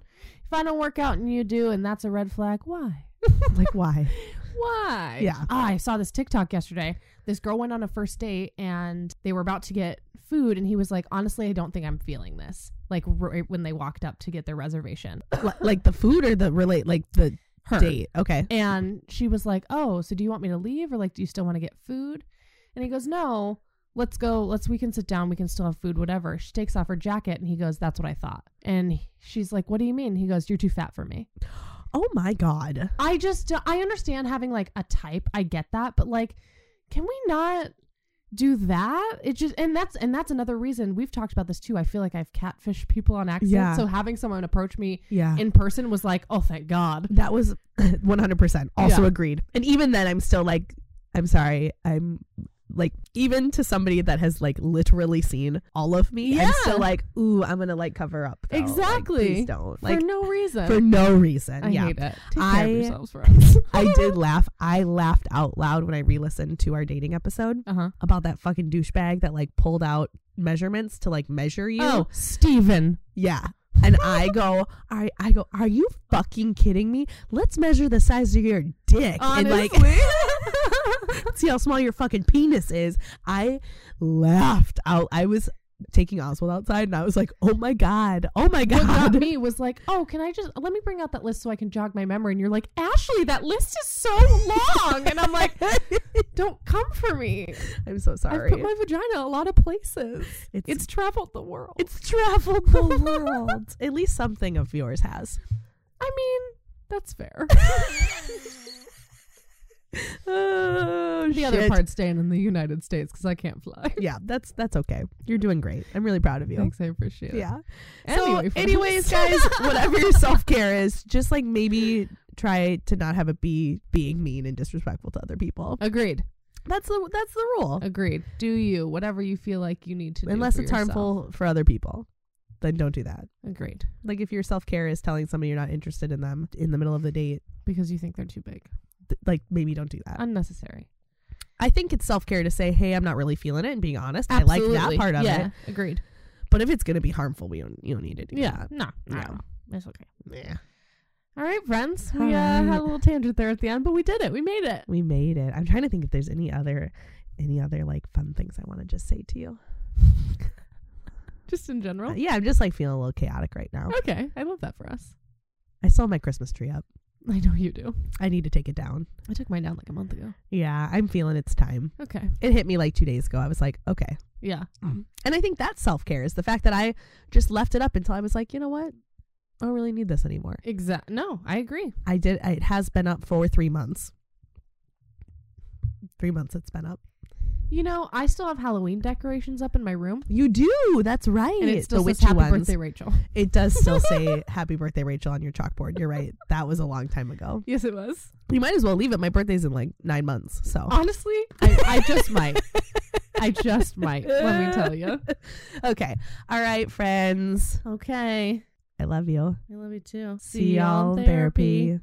Speaker 3: If I don't work out and you do, and that's a red flag, why?
Speaker 2: like why?
Speaker 3: Why?
Speaker 2: Yeah.
Speaker 3: Ah, I saw this TikTok yesterday. This girl went on a first date and they were about to get food, and he was like, "Honestly, I don't think I'm feeling this." Like right when they walked up to get their reservation,
Speaker 2: Li- like the food or the relate, like the
Speaker 3: her
Speaker 2: date. Okay.
Speaker 3: and she was like, "Oh, so do you want me to leave, or like, do you still want to get food?" And he goes, "No, let's go let's we can sit down we can still have food whatever she takes off her jacket and he goes that's what i thought and he- she's like what do you mean he goes you're too fat for me
Speaker 2: Oh my god.
Speaker 3: i just i understand having like a type i get that but like can we not do that it just and that's and that's another reason we've talked about this too i feel like i've catfished people on accident
Speaker 2: Yeah.
Speaker 3: so having someone approach me
Speaker 2: Yeah.
Speaker 3: in person was like oh thank god
Speaker 2: that was 100% also
Speaker 3: Yeah.
Speaker 2: agreed. And even then I'm still like I'm sorry. I'm like even to somebody that has like literally seen all of me, I'm
Speaker 3: Yeah.
Speaker 2: still like, "Ooh, I'm going to like cover up." though. Like,
Speaker 3: Exactly.
Speaker 2: please don't. Like
Speaker 3: for no reason
Speaker 2: for no reason.
Speaker 4: I
Speaker 2: yeah.
Speaker 4: hate it. Take care
Speaker 2: I-
Speaker 4: of yourselves, friends.
Speaker 2: I did laugh. I laughed out loud when I re-listened to our dating episode
Speaker 3: uh-huh
Speaker 2: about that fucking douchebag that like pulled out measurements to like measure you.
Speaker 3: oh steven
Speaker 2: Yeah. And I go, I, I go, are you fucking kidding me? Let's measure the size of your dick and like see how small your fucking penis is. I laughed out. I was taking Oswald outside and I was like, oh my God. Oh my
Speaker 3: what got
Speaker 2: God.
Speaker 3: me was like, oh, can I just let me bring out that list so I can jog my memory? And you're like, Ashley, that list is so long, and I'm like, don't come for me.
Speaker 2: I'm so
Speaker 3: I've
Speaker 2: sorry.
Speaker 3: put my vagina a lot of places.
Speaker 2: it's,
Speaker 3: It's traveled the world.
Speaker 2: it's traveled the world. At least something of yours has.
Speaker 3: I mean, that's fair.
Speaker 2: Oh,
Speaker 4: the other
Speaker 2: shit.
Speaker 4: part staying in the United States because I can't fly.
Speaker 2: Yeah, that's that's okay. You're doing great. I'm really proud of you.
Speaker 4: Thanks, I appreciate it.
Speaker 2: Yeah.
Speaker 4: Anyway,
Speaker 2: so,
Speaker 4: friends.
Speaker 2: anyways, guys, whatever your self care is, just like maybe try to not have it be being mean and disrespectful to other people.
Speaker 4: Agreed.
Speaker 2: That's the that's the rule.
Speaker 4: Agreed. Do you whatever you feel like you need to do.
Speaker 2: Unless
Speaker 4: for
Speaker 2: it's
Speaker 4: yourself.
Speaker 2: harmful for other people, then don't do that.
Speaker 4: Agreed.
Speaker 2: Like if your self care is telling somebody you're not interested in them in the middle of the date,
Speaker 4: Because you think they're too big.
Speaker 2: th- like maybe don't do that.
Speaker 4: Unnecessary.
Speaker 2: I think it's self care to say, "Hey, I'm not really feeling it," and being honest. I like that
Speaker 4: Absolutely.
Speaker 2: part of
Speaker 4: yeah,
Speaker 2: it.
Speaker 4: Agreed.
Speaker 2: But if it's gonna be harmful, we don't you don't need to do that.
Speaker 4: No.
Speaker 2: Yeah.
Speaker 4: No. It's okay.
Speaker 2: Yeah.
Speaker 4: All right, friends.
Speaker 2: All
Speaker 4: We uh, had
Speaker 2: right.
Speaker 4: a little tangent there at the end, but we did it. We made it.
Speaker 2: We made it. I'm trying to think if there's any other any other like fun things I want to just say to you.
Speaker 4: Just in
Speaker 2: Uh,
Speaker 4: general.
Speaker 2: yeah, I'm just like feeling a little chaotic right now.
Speaker 4: Okay. I love that for us.
Speaker 2: I still have my Christmas tree up.
Speaker 4: I know you do.
Speaker 2: I need to take it down.
Speaker 4: I took mine down like a month ago.
Speaker 2: Yeah, I'm feeling it's time.
Speaker 4: Okay.
Speaker 2: It hit me like two days ago. I was like, okay.
Speaker 4: Yeah.
Speaker 2: And I think that's self care is the fact that I just left it up until I was like, you know what? I don't really need this anymore.
Speaker 4: Exact. No, I agree.
Speaker 2: I did. It has been up for three months. Three months it's been up.
Speaker 3: you know, I still have Halloween decorations up in my room,
Speaker 2: You do. That's right.
Speaker 3: and it still
Speaker 2: the
Speaker 3: says
Speaker 2: witchy
Speaker 3: "Happy
Speaker 2: ones.
Speaker 3: Birthday, Rachel."
Speaker 2: It does still say "Happy Birthday, Rachel" on your chalkboard. You're right. That was a long time ago.
Speaker 4: Yes, it was.
Speaker 2: You might as well leave it. My birthday's in like nine months, so
Speaker 4: Honestly, I, I just might. I just might. Let me tell you.
Speaker 2: Okay. All right, friends.
Speaker 4: Okay.
Speaker 2: I love you.
Speaker 4: I love you too.
Speaker 2: See y'all in therapy.